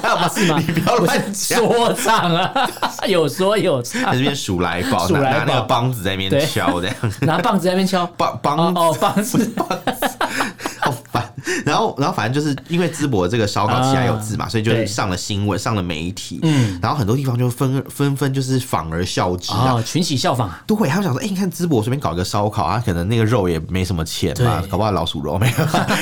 Speaker 1: 这样吗？
Speaker 2: 是吗？
Speaker 1: 你不要乱
Speaker 2: 是
Speaker 1: 讲。
Speaker 2: 说唱啊，有说有唱
Speaker 1: *laughs* 在，这边数来宝，
Speaker 2: 数
Speaker 1: 拿
Speaker 2: 来
Speaker 1: 拿那个
Speaker 2: 宝
Speaker 1: 梆子在那边
Speaker 2: 对
Speaker 1: 敲这样，
Speaker 2: 拿棒子在那边敲。
Speaker 1: *laughs* 梆梆
Speaker 2: 哦哦，棒子，
Speaker 1: 好烦。然后，然后反正就是因为淄博这个烧烤起来有字嘛，所以就是
Speaker 2: 啊对
Speaker 1: 上了新闻，上了媒体，嗯，然后很多地方就纷纷纷就是仿而效之啊。
Speaker 2: 哦，群起效仿啊，
Speaker 1: 对，他们想说，哎、你看淄博随便搞一个烧烤啊，可能那个肉也没什么钱嘛，
Speaker 2: 对
Speaker 1: 搞不好老鼠肉没
Speaker 2: *laughs*
Speaker 1: 有。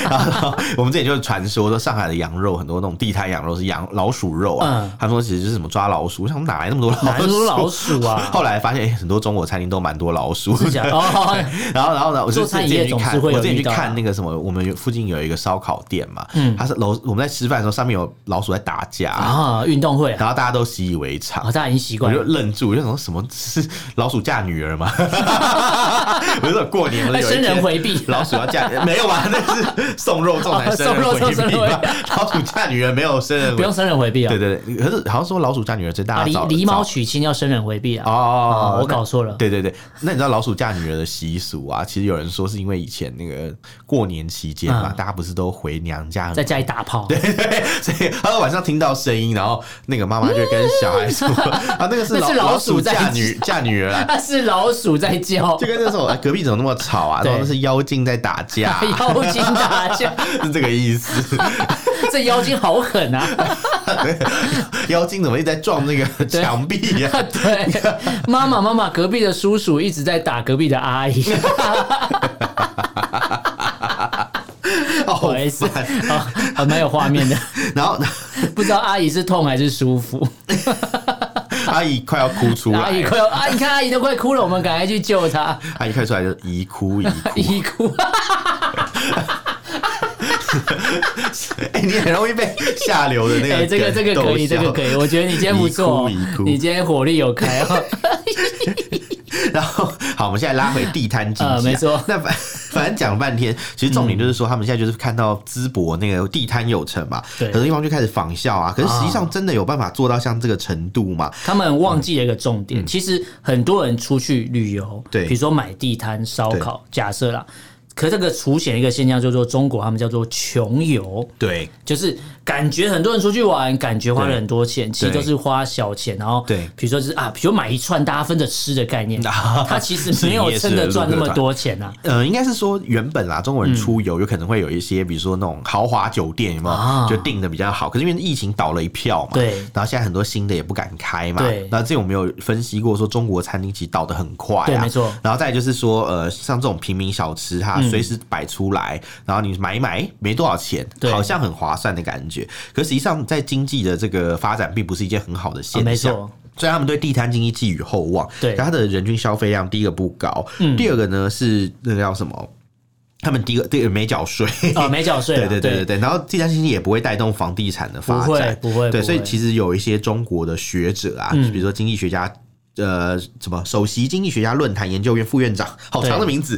Speaker 1: 然后我们这里就是传说说上海的羊肉，很多那种地摊羊肉是羊老鼠肉啊。
Speaker 2: 嗯
Speaker 1: 他们说其实就是什么抓老鼠，我想哪来那么多老鼠？
Speaker 2: 哪来那么多老鼠啊
Speaker 1: *laughs* 后来发现、哎很多中国餐厅都蛮多老鼠的。
Speaker 2: 是假的哦，
Speaker 1: *laughs* 然后，然后呢？我就
Speaker 2: 做
Speaker 1: 之
Speaker 2: 餐
Speaker 1: 前
Speaker 2: 饮业
Speaker 1: 去
Speaker 2: 总
Speaker 1: 看，
Speaker 2: 是会有
Speaker 1: 我之前去
Speaker 2: 遇到啊嗯
Speaker 1: 看那个什么，我们有附近有一个烧烤店嘛，它是老，我们在吃饭的时候，上面有老鼠在打架，
Speaker 2: 啊，运动会啊，
Speaker 1: 然后大家都习以为常
Speaker 2: 啊，，大家已经习
Speaker 1: 我
Speaker 2: 惯
Speaker 1: 就
Speaker 2: 了。
Speaker 1: 愣住，我就想说什么是老鼠嫁女儿吗？ *laughs* 我就说过年不是有一
Speaker 2: 哎
Speaker 1: 天
Speaker 2: 生人回避
Speaker 1: 老鼠要嫁没有吧？ *laughs* 那是送肉粽才生人
Speaker 2: 哦送肉
Speaker 1: 回
Speaker 2: 粽生
Speaker 1: 避
Speaker 2: 人回
Speaker 1: 吧？老鼠嫁女儿没有生人
Speaker 2: 不
Speaker 1: 回
Speaker 2: 用
Speaker 1: 避。
Speaker 2: 生人回避啊
Speaker 1: 对，对对，可是好像说老鼠嫁女儿，这大
Speaker 2: 啊，
Speaker 1: 家
Speaker 2: 狸
Speaker 1: 早
Speaker 2: 狸猫
Speaker 1: 早
Speaker 2: 娶亲要生人回避啊。
Speaker 1: 哦
Speaker 2: 啊，我
Speaker 1: 那
Speaker 2: 搞错了
Speaker 1: 对对对，那你知道老鼠嫁女儿的习俗啊？其实有人说是因为以前那个过年期间嘛，
Speaker 2: 嗯
Speaker 1: 大家不是都回娘家，
Speaker 2: 在家里打炮，
Speaker 1: 对，所以 *laughs* 他晚上听到声音，然后那个妈妈就跟小孩
Speaker 2: *laughs*
Speaker 1: 说：“啊，那个是
Speaker 2: 那
Speaker 1: 老
Speaker 2: 是老
Speaker 1: 鼠
Speaker 2: 鼠在
Speaker 1: 嫁女嫁女儿啊。”
Speaker 2: 那 *laughs* 是老鼠在叫
Speaker 1: 就，跟那时候哎隔壁怎么那么吵啊，
Speaker 2: 对，
Speaker 1: 然后是妖精在打架
Speaker 2: *laughs*
Speaker 1: 啊
Speaker 2: 哎妖精打架，
Speaker 1: 是这个意
Speaker 2: *laughs*
Speaker 1: 思。
Speaker 2: 这妖精好狠啊！
Speaker 1: *laughs* 妖精怎么一直在撞那个墙壁啊呀、
Speaker 2: 对，妈妈妈妈，隔壁的叔叔一直在打隔壁的阿姨，
Speaker 1: *laughs*
Speaker 2: 不
Speaker 1: 好
Speaker 2: 好意思
Speaker 1: 烦。
Speaker 2: 啊，还蛮有画面的，
Speaker 1: 然
Speaker 2: *laughs*
Speaker 1: 后
Speaker 2: 不知道阿姨是痛还是舒
Speaker 1: *laughs*
Speaker 2: 服。
Speaker 1: 阿姨快要哭出
Speaker 2: 阿姨
Speaker 1: 来，
Speaker 2: 快要，啊，你看阿姨都快哭了，我们赶快去救她，
Speaker 1: 阿姨快出来就姨哭姨
Speaker 2: *laughs* 阿
Speaker 1: 哭。
Speaker 2: 姨哭。
Speaker 1: 哎，你很容易被下流的那
Speaker 2: 哎、
Speaker 1: 个
Speaker 2: 这个这个可以，这个可
Speaker 1: 以。
Speaker 2: 以，我觉得你今天不错哦
Speaker 1: 一哭一，哭
Speaker 2: 你今天火力有开哦。
Speaker 1: 然后好，我们现在拉回地摊经济、啊
Speaker 2: 呃没错
Speaker 1: 那反反正讲半天，其实重点就是说，他们现在就是看到淄博那个地摊有成嘛，
Speaker 2: 对
Speaker 1: 很多地方就开始仿效啊。可是实际上真的有办法做到像这个程度吗？
Speaker 2: 他们忘记了一个重点，其实很多人出去旅游，
Speaker 1: 嗯对
Speaker 2: 比如说买地摊、烧烤，假设啦，可这个出现一个现象，叫做中国他们叫做穷游，
Speaker 1: 对，
Speaker 2: 就是感觉很多人出去玩，感觉花了很多钱，其实都是花小钱，然后
Speaker 1: 对
Speaker 2: 比如说就是啊，比如买一串大家分着吃的概
Speaker 1: *laughs*
Speaker 2: 念，他其实没有真的赚那么多钱啊。
Speaker 1: 呃，应该是说原本啦，中国
Speaker 2: 嗯
Speaker 1: 人出游有可能会有一些，比如说那种豪华酒店，有没有、
Speaker 2: 啊
Speaker 1: 就订的比较好？可是因为疫情倒了一票嘛，
Speaker 2: 对
Speaker 1: 然后现在很多新的也不敢开嘛，
Speaker 2: 对
Speaker 1: 那这我们有分析过，说中国餐厅其实倒的很快、啊，
Speaker 2: 对没错
Speaker 1: 然后再来就是说，呃，像这种平民小吃它
Speaker 2: 嗯
Speaker 1: 随时摆出来，然后你买一买没多少钱，
Speaker 2: 对
Speaker 1: 好像很划算的感觉。可实际上在经济的这个发展，并不是一件很好的
Speaker 2: 啊
Speaker 1: 现
Speaker 2: 没
Speaker 1: 象。
Speaker 2: 错
Speaker 1: 所以他们对地摊经济寄予厚望，
Speaker 2: 对嗯
Speaker 1: 可它的人均消费量第一个不高，第二个呢是那个叫什么？他们第一个第一个没缴税。
Speaker 2: 啊，没缴税
Speaker 1: 对
Speaker 2: 啊，
Speaker 1: 对对对对，然后地摊经济也不会带动房地产的发展，
Speaker 2: 不会不会
Speaker 1: 对，
Speaker 2: 不会嗯
Speaker 1: 所以其实有一些中国的学者啊，比如说经济学家，呃，什么首席经济学家论坛研究院副院长， *laughs* 好长的
Speaker 2: 对 *laughs*
Speaker 1: 名字，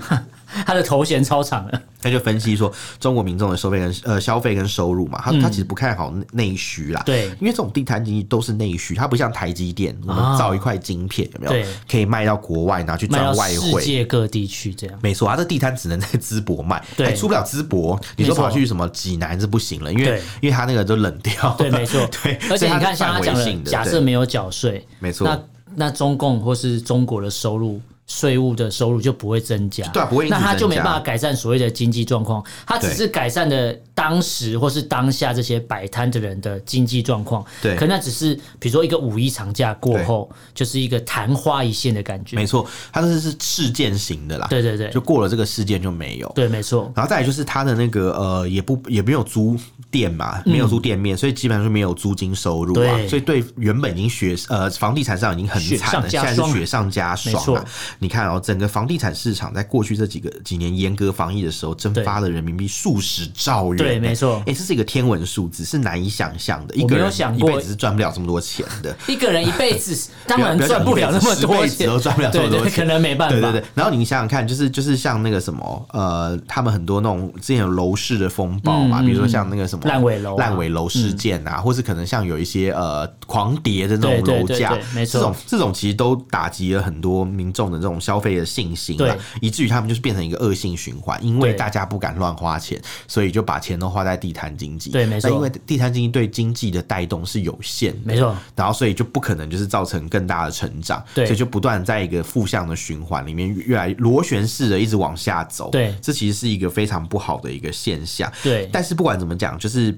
Speaker 2: 他的头衔超长了，
Speaker 1: 他就分析说，中国民众的收费跟呃消费跟收入嘛，他他其实不看好内内需啦。*laughs*
Speaker 2: 嗯对
Speaker 1: 因为这种地摊经济都是内需，它不像台积电，我们
Speaker 2: 啊
Speaker 1: 造一块晶片有没
Speaker 2: 对
Speaker 1: 有，可以卖到国外，然后去
Speaker 2: 卖到
Speaker 1: 赚外
Speaker 2: 世
Speaker 1: 汇。
Speaker 2: 界各地去这样。
Speaker 1: 没错，它这地摊只能在淄博卖，
Speaker 2: 对
Speaker 1: 还出不了淄博。你说
Speaker 2: 没错
Speaker 1: 跑去什么济南是不行了，因为
Speaker 2: 对
Speaker 1: 因为它那个就冷掉了。，
Speaker 2: 对，没错
Speaker 1: *laughs* 对，
Speaker 2: 而且你
Speaker 1: 所以它
Speaker 2: 看，像他
Speaker 1: 是
Speaker 2: 讲
Speaker 1: 范围
Speaker 2: 的
Speaker 1: 性，的
Speaker 2: 假设
Speaker 1: 对
Speaker 2: 没有缴税，
Speaker 1: 没错
Speaker 2: 那那中共或是中国的收入税务的收入就不会增加，
Speaker 1: 对啊不会因此
Speaker 2: 那他就没
Speaker 1: 增加
Speaker 2: 办法改善所谓的经济状况，他只
Speaker 1: 对
Speaker 2: 是改善了当时或是当下这些摆摊的人的经济状况，
Speaker 1: 对
Speaker 2: 可那只是比如说一个五一长假过后，就是一个昙花一现的感觉
Speaker 1: 没，错，它这是事件型的啦，
Speaker 2: 对对对
Speaker 1: 就过了这个事件就没有。
Speaker 2: 对，没错，
Speaker 1: 然后再来就是它的那个呃，也不也没有租店嘛，没有租店面，所以基本上就没有租金收入啊
Speaker 2: 嗯对，
Speaker 1: 所以对原本已经雪呃房地产市场已经很
Speaker 2: 雪
Speaker 1: 惨
Speaker 2: 上
Speaker 1: 了，
Speaker 2: 加
Speaker 1: 现在
Speaker 2: 霜
Speaker 1: 是
Speaker 2: 啊
Speaker 1: 雪上加
Speaker 2: 没
Speaker 1: 霜
Speaker 2: 错
Speaker 1: 啊！你看哦，整个房地产市场在过去这几个几年严格防疫的时候，蒸
Speaker 2: 对
Speaker 1: 发了人民币数十兆元，
Speaker 2: 对没错
Speaker 1: 哎、这是一个天文数字，是难以想象的，一
Speaker 2: 我
Speaker 1: 个
Speaker 2: 没有
Speaker 1: 人
Speaker 2: 想
Speaker 1: 一
Speaker 2: 过
Speaker 1: 辈子是赚不了这么多钱的。
Speaker 2: 一个人一辈子当然
Speaker 1: 不要
Speaker 2: 赚
Speaker 1: 讲
Speaker 2: 不了那么
Speaker 1: 一
Speaker 2: 多
Speaker 1: 辈子
Speaker 2: 钱，
Speaker 1: 都赚不了这么
Speaker 2: 对
Speaker 1: 多
Speaker 2: 对，
Speaker 1: 钱
Speaker 2: 可能没办法，
Speaker 1: 对对对，然后你想想看，就是就是像那个什么，呃，他们很多那种之前有楼市的风暴嘛，
Speaker 2: 嗯
Speaker 1: 比如说像那个什么
Speaker 2: 烂尾楼啊嗯
Speaker 1: 烂尾楼事件啊，或是可能像有一些呃狂跌的那
Speaker 2: 对对
Speaker 1: 种楼
Speaker 2: 对
Speaker 1: 价
Speaker 2: 对，没
Speaker 1: 这
Speaker 2: 错
Speaker 1: 种这种其实都打击了很多民众的这种消费的信心
Speaker 2: 对
Speaker 1: 啊，以至于他们就是变成一个恶性循环，因为
Speaker 2: 对
Speaker 1: 大家不敢乱花钱，所以就把钱都花在地摊经济。
Speaker 2: 对没错
Speaker 1: 那因为地摊经济对经济的带动是有限的，
Speaker 2: 没错。
Speaker 1: 然后所以就不可能就是造成更大的成长，
Speaker 2: 对
Speaker 1: 所以就不断在一个负向的循环里面越越来螺旋式的一直往下走，
Speaker 2: 对
Speaker 1: 这其实是一个非常不好的一个现象，
Speaker 2: 对
Speaker 1: 但是不管怎么讲，就是。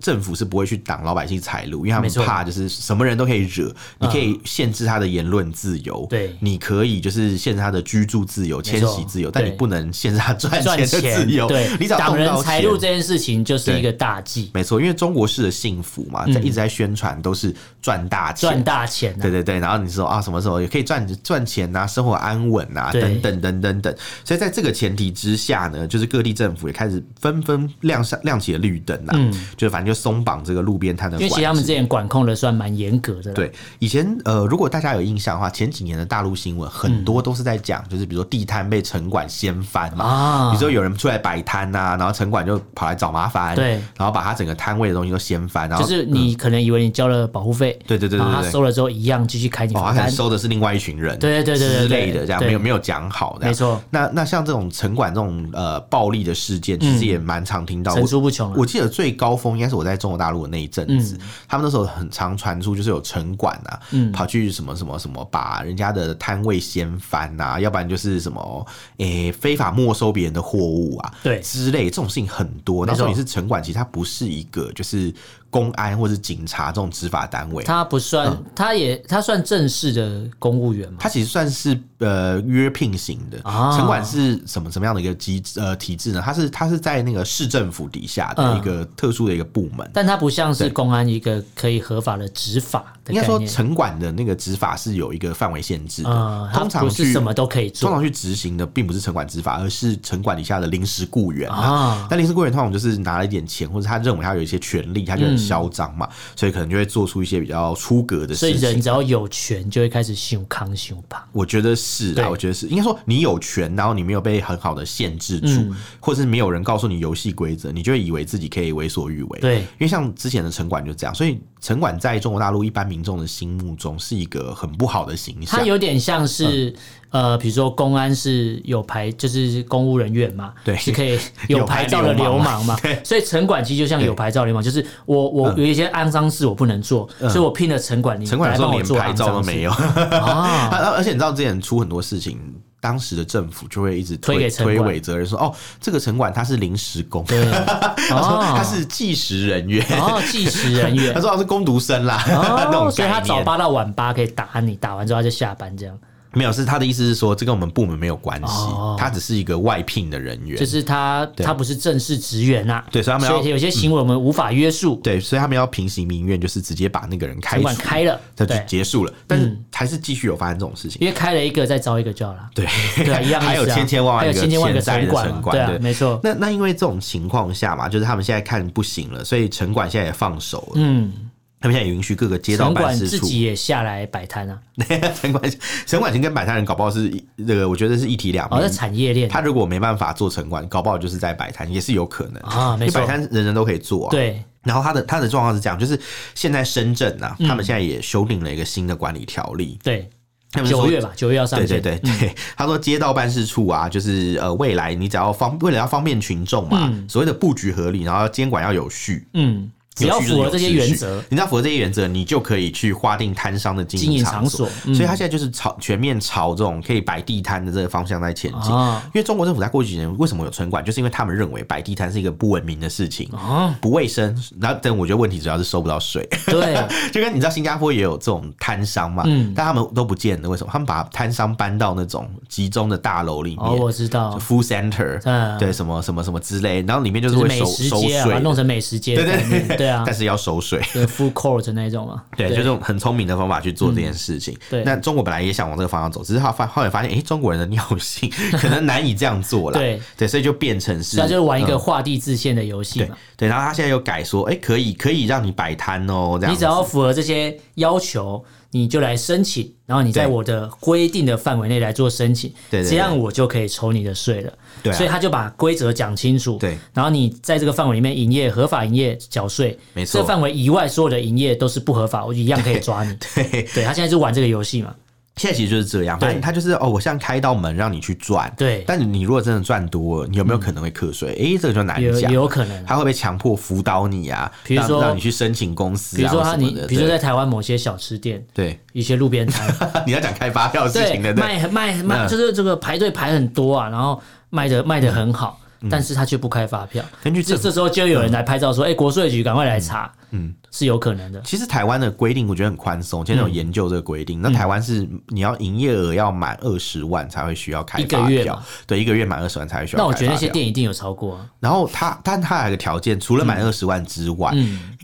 Speaker 1: 政府是不会去挡老百姓财路，因为他
Speaker 2: 没
Speaker 1: 们
Speaker 2: 错嗯
Speaker 1: 怕就是什么人都可以惹，你可以限制他的言论自由，
Speaker 2: 对
Speaker 1: 你可以就是限制他的居住自由、
Speaker 2: 错
Speaker 1: 迁徙自由，但你
Speaker 2: 对
Speaker 1: 不能限制他赚
Speaker 2: 赚
Speaker 1: 钱的
Speaker 2: 钱，
Speaker 1: 自由。
Speaker 2: 对，
Speaker 1: 你只要
Speaker 2: 挡
Speaker 1: 动
Speaker 2: 人
Speaker 1: 到
Speaker 2: 财
Speaker 1: 钱
Speaker 2: 路这件事情就是
Speaker 1: 对
Speaker 2: 一个大忌，
Speaker 1: 没错，因为中国式的幸福嘛，在一直在宣传都是赚大钱，
Speaker 2: 嗯赚大钱啊
Speaker 1: 对，对对，然后你说啊什么时候也可以赚赚钱呐、生活安稳呐、
Speaker 2: 对
Speaker 1: 等等等等等。所以在这个前提之下呢，就是各地政府也开始纷纷亮上亮起了绿灯呐、就是反正就松绑这个路边摊的
Speaker 2: 嗯因为
Speaker 1: 管
Speaker 2: 其实他们
Speaker 1: 制。
Speaker 2: 之前管控的算蛮严格的啦，
Speaker 1: 对，以前呃，如果大家有印象的话，前几年的大陆新闻很多都是在讲，就是比如说地摊被城管掀翻嘛，
Speaker 2: 嗯啊
Speaker 1: 比如说有人出来摆摊呐，然后城管就跑来找麻烦，
Speaker 2: 对，
Speaker 1: 然后把他整个摊位的东西都掀翻，然后
Speaker 2: 就是你可能以为你交了保护费，
Speaker 1: 嗯对对对对对
Speaker 2: 然后他收了之后一样继续开你
Speaker 1: 哦，他
Speaker 2: 罚
Speaker 1: 可能
Speaker 2: 单，
Speaker 1: 收的是另外一群人，
Speaker 2: 对对对对
Speaker 1: 之
Speaker 2: 对
Speaker 1: 类的，这样
Speaker 2: 对
Speaker 1: 没有没有讲好，这样
Speaker 2: 没错。
Speaker 1: 那那像这种城管这种呃暴力的事
Speaker 2: 嗯
Speaker 1: 件，其实也蛮常听到。
Speaker 2: 层
Speaker 1: 我
Speaker 2: 出不穷啊
Speaker 1: 我记得最高峰应该是我在中国大陆的那一阵子，
Speaker 2: 嗯
Speaker 1: 他们那时候很常传出就是有城管啊，跑去什么什么什么把人家的摊位掀翻呐、要不然就是什么诶、非法没收别人的货物啊，
Speaker 2: 对
Speaker 1: 之类这种事情很多。
Speaker 2: 没错
Speaker 1: 那时候你是城管，其实它不是一个就是公安或是警察这种执法单位，
Speaker 2: 他不算，
Speaker 1: 嗯
Speaker 2: 他也他算正式的公务员嘛，
Speaker 1: 它其实算是呃约聘型的。
Speaker 2: 啊
Speaker 1: 城管是什么什么样的一个机制呃体制呢？它是它是在那个市政府底下的
Speaker 2: 嗯
Speaker 1: 一个特殊的一个部门。
Speaker 2: 但他不像是
Speaker 1: 对
Speaker 2: 公安一个可以合法的执法的
Speaker 1: 应该
Speaker 2: 概
Speaker 1: 说，
Speaker 2: 念，
Speaker 1: 城管的那个执法是有一个范围限制
Speaker 2: 嗯
Speaker 1: 的，，
Speaker 2: 他
Speaker 1: 通常
Speaker 2: 不是
Speaker 1: 去
Speaker 2: 什么都可以
Speaker 1: 通
Speaker 2: 做
Speaker 1: 常去执行的并不是城管执法，而是城管底下的临时雇员啊。
Speaker 2: 啊，
Speaker 1: 那临时雇员通常就是拿了一点钱，或者他认为他有一些权利，他就很嚣张嘛，所以可能就会做出一些比较出格的
Speaker 2: 所以
Speaker 1: 事情
Speaker 2: 人。只要有权就会开始秀康秀吧，
Speaker 1: 我觉得是
Speaker 2: 对
Speaker 1: 啊，我觉得是应该说你有权，然后你没有被很好的限制住，
Speaker 2: 嗯
Speaker 1: 或是没有人告诉你游戏规则，你就会以为自己可以为所欲为。
Speaker 2: 对
Speaker 1: 因为像之前的城管就这样，所以城管在中国大陆一般民众的心目中是一个很不好的形象
Speaker 2: 它。有点像
Speaker 1: 嗯
Speaker 2: 是、呃，比如说公安是有牌，就是公务人员嘛，
Speaker 1: 对
Speaker 2: 是可以
Speaker 1: 有
Speaker 2: 有牌照的流
Speaker 1: *laughs*
Speaker 2: 氓嘛，所以城管其实就像有牌照流氓，就是我我有一些肮脏事我不能做，所以我聘了城管，你
Speaker 1: 嗯城管有
Speaker 2: 来
Speaker 1: 时
Speaker 2: 帮
Speaker 1: 候
Speaker 2: 我
Speaker 1: 连
Speaker 2: 做
Speaker 1: 牌
Speaker 2: 肮
Speaker 1: 照
Speaker 2: 脏
Speaker 1: 都
Speaker 2: 事
Speaker 1: 没
Speaker 2: *laughs*
Speaker 1: 有，
Speaker 2: 啊，
Speaker 1: 而而且你知道之前出很多事情，当时的政府就会一直
Speaker 2: 推
Speaker 1: 推
Speaker 2: 给城管
Speaker 1: 推诿责任说，哦，这个城管他是临时工， *laughs*
Speaker 2: 对，
Speaker 1: 他说
Speaker 2: 哦
Speaker 1: *laughs* 他是计时人员，
Speaker 2: 然后计时人员
Speaker 1: *laughs* 他，说 *laughs* 他是工读生啦， *laughs* 那种
Speaker 2: 哦，
Speaker 1: 概
Speaker 2: 所以他早
Speaker 1: 念
Speaker 2: 八到晚八可以打你，打完之后他就下班，这样
Speaker 1: 没有，是他的意思是说，这跟我们部门没有关系，
Speaker 2: 哦
Speaker 1: 他只是一个外聘的人员。
Speaker 2: 就是他他不是正式职员呐，
Speaker 1: 对所以他们要
Speaker 2: 有些行为我们无法约束，
Speaker 1: 对，所以他们要平行民怨，就是直接把那个人开
Speaker 2: 城
Speaker 1: 除，
Speaker 2: 管开了，
Speaker 1: 嗯他就
Speaker 2: 对，
Speaker 1: 结束了。但是还是继续有发生这种事情。
Speaker 2: 因为开了一个再招一个就好了。
Speaker 1: 对，
Speaker 2: 对啊一样意思
Speaker 1: *laughs*
Speaker 2: 啊
Speaker 1: 还有千千万万
Speaker 2: 还有
Speaker 1: 个
Speaker 2: 千千万个
Speaker 1: 潜在
Speaker 2: 城
Speaker 1: 的
Speaker 2: 管嘛
Speaker 1: 城
Speaker 2: 对啊
Speaker 1: 对，
Speaker 2: 没错
Speaker 1: 那那因为这种情况下嘛，就是他们现在看不行了，所以城管现在也放手了。
Speaker 2: 嗯，
Speaker 1: 他们现在也允许各个街道
Speaker 2: 城
Speaker 1: 办
Speaker 2: 管
Speaker 1: 事
Speaker 2: 自
Speaker 1: 处，嗯
Speaker 2: 己也下来摆摊啊，
Speaker 1: *laughs* 城管城管已经跟摆摊人搞不好是一这个，我觉得是一体两
Speaker 2: 哦，
Speaker 1: 面
Speaker 2: 在。产业链，
Speaker 1: 他如果没办法做城管，搞不好就是在摆摊，也是有可能
Speaker 2: 啊
Speaker 1: 因
Speaker 2: 没
Speaker 1: 为
Speaker 2: 错
Speaker 1: 摆摊人人都可以做啊。
Speaker 2: 对，
Speaker 1: 然后他的他的状况是这样，就是现在深圳啊，
Speaker 2: 嗯
Speaker 1: 他们现在也修订了一个新的管理条例，
Speaker 2: 对
Speaker 1: 他，们说
Speaker 2: 九月吧，九月要嗯上
Speaker 1: 对
Speaker 2: 线，
Speaker 1: 对对对， *laughs* 他说街道办事处啊，就是呃未来你只要方为了要方便群众嘛，所谓的布局合理，然后监管要有序。
Speaker 2: 嗯，只要
Speaker 1: 有趣就是
Speaker 2: 符合
Speaker 1: 有
Speaker 2: 这些
Speaker 1: 秩序
Speaker 2: 原则
Speaker 1: 你只要符合这些原则，你就可以去划定摊商的经
Speaker 2: 经营
Speaker 1: 营
Speaker 2: 场
Speaker 1: 场所。
Speaker 2: 所嗯
Speaker 1: 所以他现在就是朝全面朝这种可以摆地摊的这个方向在前进。
Speaker 2: 啊
Speaker 1: 因为中国政府在过去几年为什么有村管，就是因为他们认为摆地摊是一个不文明的事情，
Speaker 2: 啊，
Speaker 1: 不卫生。然后，但我觉得问题主要是收不到税。
Speaker 2: 对，
Speaker 1: *laughs* 就跟你知道新加坡也有这种摊商嘛，
Speaker 2: 嗯
Speaker 1: 但他们都不见了，为什么？他们把摊商搬到那种集中的大楼里面、
Speaker 2: 哦，我知道
Speaker 1: 就，，food
Speaker 2: *laughs*
Speaker 1: center，、
Speaker 2: 嗯
Speaker 1: 对，什么什么什么之类，然后里面就是
Speaker 2: 就
Speaker 1: 会
Speaker 2: 是美
Speaker 1: 收
Speaker 2: 食
Speaker 1: 收
Speaker 2: 街啊，把它
Speaker 1: 税
Speaker 2: 弄
Speaker 1: 的，
Speaker 2: 成美食街的
Speaker 1: 对
Speaker 2: 概
Speaker 1: 对
Speaker 2: 念，
Speaker 1: 对
Speaker 2: 对啊，
Speaker 1: 但是要收
Speaker 2: *laughs*
Speaker 1: 税。
Speaker 2: 对 full court 的那种嘛，
Speaker 1: 对，就这种很聪明的方法去做这件事情。
Speaker 2: 嗯对
Speaker 1: 那中国本来也想往这个方向走，只是他发后来发现，诶，中国人的尿性 *laughs* 可能难以这样做了。
Speaker 2: 对
Speaker 1: 对，所以就变成是，
Speaker 2: 所以他就是玩一个
Speaker 1: 嗯
Speaker 2: 画地自限的游戏
Speaker 1: 对
Speaker 2: 嘛。
Speaker 1: 对，然后他现在又改说，诶，哎可以可以让你摆摊哦，这样
Speaker 2: 你
Speaker 1: 子
Speaker 2: 只要符合这些要求，你就来申请，然后你在
Speaker 1: 对
Speaker 2: 我的规定的范围内来做申请，
Speaker 1: 对对对
Speaker 2: 这样我就可以抽你的税了。
Speaker 1: 对啊
Speaker 2: 所以他就把规则讲清楚，
Speaker 1: 对，
Speaker 2: 然后你在这个范围里面营业合法营业缴税，
Speaker 1: 没错
Speaker 2: 这范围以外所有的营业都是不合法，我一样可以抓你。
Speaker 1: *laughs* 对
Speaker 2: 对他现在就玩这个游戏嘛，
Speaker 1: 现在其实就是这样，
Speaker 2: 对
Speaker 1: 反正他就是哦，我像开一道门让你去赚，
Speaker 2: 对
Speaker 1: 但你如果真的赚多了，你有没有可能会课税？诶，这个就难
Speaker 2: 也
Speaker 1: 讲
Speaker 2: 也
Speaker 1: 了。
Speaker 2: 嗯有可能啊。
Speaker 1: 他会被强迫辅导你啊，
Speaker 2: 比如说
Speaker 1: 让让你去申请公司、啊，
Speaker 2: 比如说
Speaker 1: 或
Speaker 2: 他
Speaker 1: 什么
Speaker 2: 你
Speaker 1: 的，
Speaker 2: 比如说在
Speaker 1: 对
Speaker 2: 台湾某些小吃店、
Speaker 1: 对，
Speaker 2: 一些路边摊，
Speaker 1: *laughs* 你要讲开发票的事
Speaker 2: 对，
Speaker 1: 情的，对，
Speaker 2: 卖卖卖，
Speaker 1: 嗯
Speaker 2: 就是这个排队排很多啊，然后卖的卖的很好，但是他却不开发票。
Speaker 1: 嗯根据
Speaker 2: 这
Speaker 1: 政府嗯
Speaker 2: 这时候就有人来拍照说：“哎，国税局赶快来查。”嗯，是有可能的。
Speaker 1: 其实台湾的规定我觉得很宽松，现在有研究这个规
Speaker 2: 嗯
Speaker 1: 定。那台湾是你要营业额要满二十万才会需要开
Speaker 2: 一
Speaker 1: 发
Speaker 2: 个月
Speaker 1: 票
Speaker 2: 嘛，
Speaker 1: 对，一个月满二十万才会需要。
Speaker 2: 那我觉得那些，店一定有超过啊。
Speaker 1: 然后他，但他还有一个条件，除了
Speaker 2: 嗯
Speaker 1: 满二十万之外，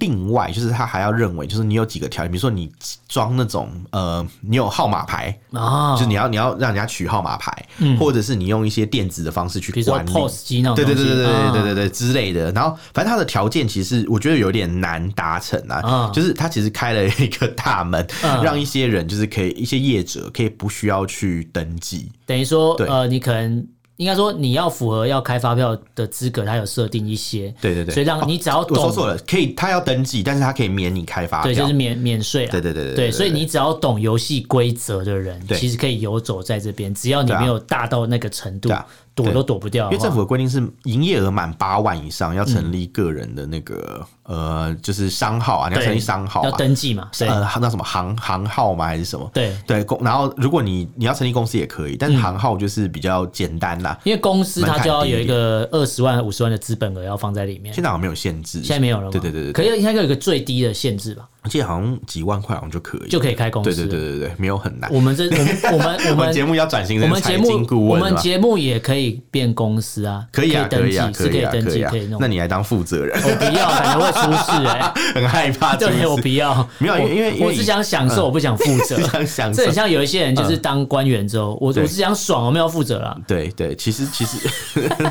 Speaker 1: 另外就是他还要认为，就是你有几个条件，比如说你装那种呃，你有号码牌，
Speaker 2: 啊
Speaker 1: 就是，你要你要让人家取号码牌，或者是你用一些电子的方式去
Speaker 2: 嗯比如说
Speaker 1: 管理。
Speaker 2: POS 机那种
Speaker 1: 对
Speaker 2: 东
Speaker 1: 对
Speaker 2: 西，
Speaker 1: 对对对对对对
Speaker 2: 啊
Speaker 1: 对之类的，然后反正他的条件其实我觉得有点难达成啊
Speaker 2: 啊，
Speaker 1: 就是他其实开了一个大门，
Speaker 2: 嗯
Speaker 1: 让一些人就是可以一些业者可以不需要去登记，
Speaker 2: 等于说
Speaker 1: 对
Speaker 2: 呃，你可能应该说你要符合要开发票的资格，它有设定一些，
Speaker 1: 对对对哦
Speaker 2: 所以让你只要
Speaker 1: 我说
Speaker 2: 懂，
Speaker 1: 错了，可以他要登记，但是他可以免你开发
Speaker 2: 对，就
Speaker 1: 票
Speaker 2: 是，免免税啊。
Speaker 1: 对对对对
Speaker 2: 对，所以你只要懂游戏规则的人，
Speaker 1: 对
Speaker 2: 其实可以游走在这边，只要你
Speaker 1: 对啊
Speaker 2: 没有大到那个程度
Speaker 1: 对啊，
Speaker 2: 躲
Speaker 1: 对
Speaker 2: 都躲不掉
Speaker 1: 因
Speaker 2: 的
Speaker 1: 为
Speaker 2: 话。
Speaker 1: 政府的规定是营业额满八万以上要成立个人的那个呃就是商号啊，你要成立
Speaker 2: 嗯对
Speaker 1: 商号
Speaker 2: 要
Speaker 1: 嘛，
Speaker 2: 登记嘛，对
Speaker 1: 呃那什么行行号吗还是什么？
Speaker 2: 对。嗯
Speaker 1: 对公，然后如果你你要成立公司也可以，但是行号就是比较简单啦。
Speaker 2: 因为公司它就要有
Speaker 1: 门槛低
Speaker 2: 一
Speaker 1: 一点
Speaker 2: 个二十万、五十万的资本额要放在里面，
Speaker 1: 现在好像没有限制，
Speaker 2: 现在没有了吗？
Speaker 1: 对对对对，
Speaker 2: 可
Speaker 1: 对，
Speaker 2: 以应该有一个最低的限制吧？
Speaker 1: 我记得好像几万块好像就可以，
Speaker 2: 就可以开公司
Speaker 1: 对对对对对，没有很难。
Speaker 2: 我们这我们我们我
Speaker 1: 啊 *laughs* 我们节
Speaker 2: 们
Speaker 1: 目要转型
Speaker 2: 我
Speaker 1: 成
Speaker 2: 们节
Speaker 1: 财
Speaker 2: 目
Speaker 1: 经顾
Speaker 2: 我
Speaker 1: 问
Speaker 2: 们
Speaker 1: 了。
Speaker 2: 节目也可以变公司啊，
Speaker 1: 可以啊，可
Speaker 2: 登
Speaker 1: 以啊，
Speaker 2: 记是
Speaker 1: 以
Speaker 2: 以
Speaker 1: 啊，
Speaker 2: 登
Speaker 1: 可以
Speaker 2: 记
Speaker 1: 啊
Speaker 2: 可以。弄
Speaker 1: 那。 *laughs* 你来当负责人，
Speaker 2: 我不要，可能会出事哎。
Speaker 1: *laughs* 很害怕，是不
Speaker 2: 对，
Speaker 1: 是
Speaker 2: 我
Speaker 1: *laughs*
Speaker 2: 不要，
Speaker 1: 没有因为因为。
Speaker 2: 我我只想享受，我不想负责
Speaker 1: 嗯 *laughs* 想想
Speaker 2: 这
Speaker 1: 说
Speaker 2: 很像有一些人就是当官员之后，我我
Speaker 1: 嗯对
Speaker 2: 只想爽，我没有负责啦，
Speaker 1: 对对，其实
Speaker 2: *laughs*
Speaker 1: 其实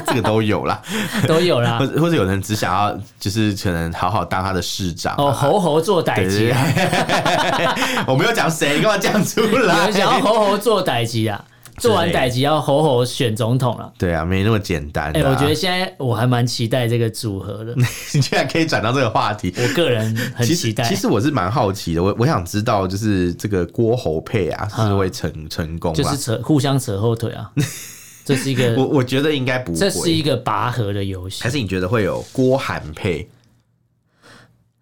Speaker 1: 这个都有啦，
Speaker 2: 都有
Speaker 1: *laughs*
Speaker 2: 啦
Speaker 1: 或。者或者有人只想要就是可能好好当他的市长
Speaker 2: 哦，
Speaker 1: 啊，
Speaker 2: 猴猴做歹
Speaker 1: 对对 *laughs*
Speaker 2: 机啊，
Speaker 1: 对， *laughs* 我没有讲谁，你干嘛讲出
Speaker 2: 有
Speaker 1: 来
Speaker 2: 人？想要猴猴做歹机啊，做完歹机要猴猴选总统了。
Speaker 1: 对啊，没那么简单
Speaker 2: 哎、
Speaker 1: 的啊。
Speaker 2: 我觉得现在我还蛮期待这个组合
Speaker 1: *laughs*
Speaker 2: 的，
Speaker 1: 你居然可以转到这个话题，
Speaker 2: 我个人很
Speaker 1: 其
Speaker 2: 期
Speaker 1: 实
Speaker 2: 待。
Speaker 1: 其实我是蛮好奇的，我我想知道就是这个郭侯配啊，是不是会成、成功啊？
Speaker 2: 就是扯互相扯后腿
Speaker 1: *laughs*
Speaker 2: 啊，这是一
Speaker 1: 我
Speaker 2: 个
Speaker 1: 我觉得应该不会，
Speaker 2: 这是一个拔河的游戏
Speaker 1: 还，是你觉得会有郭韩配，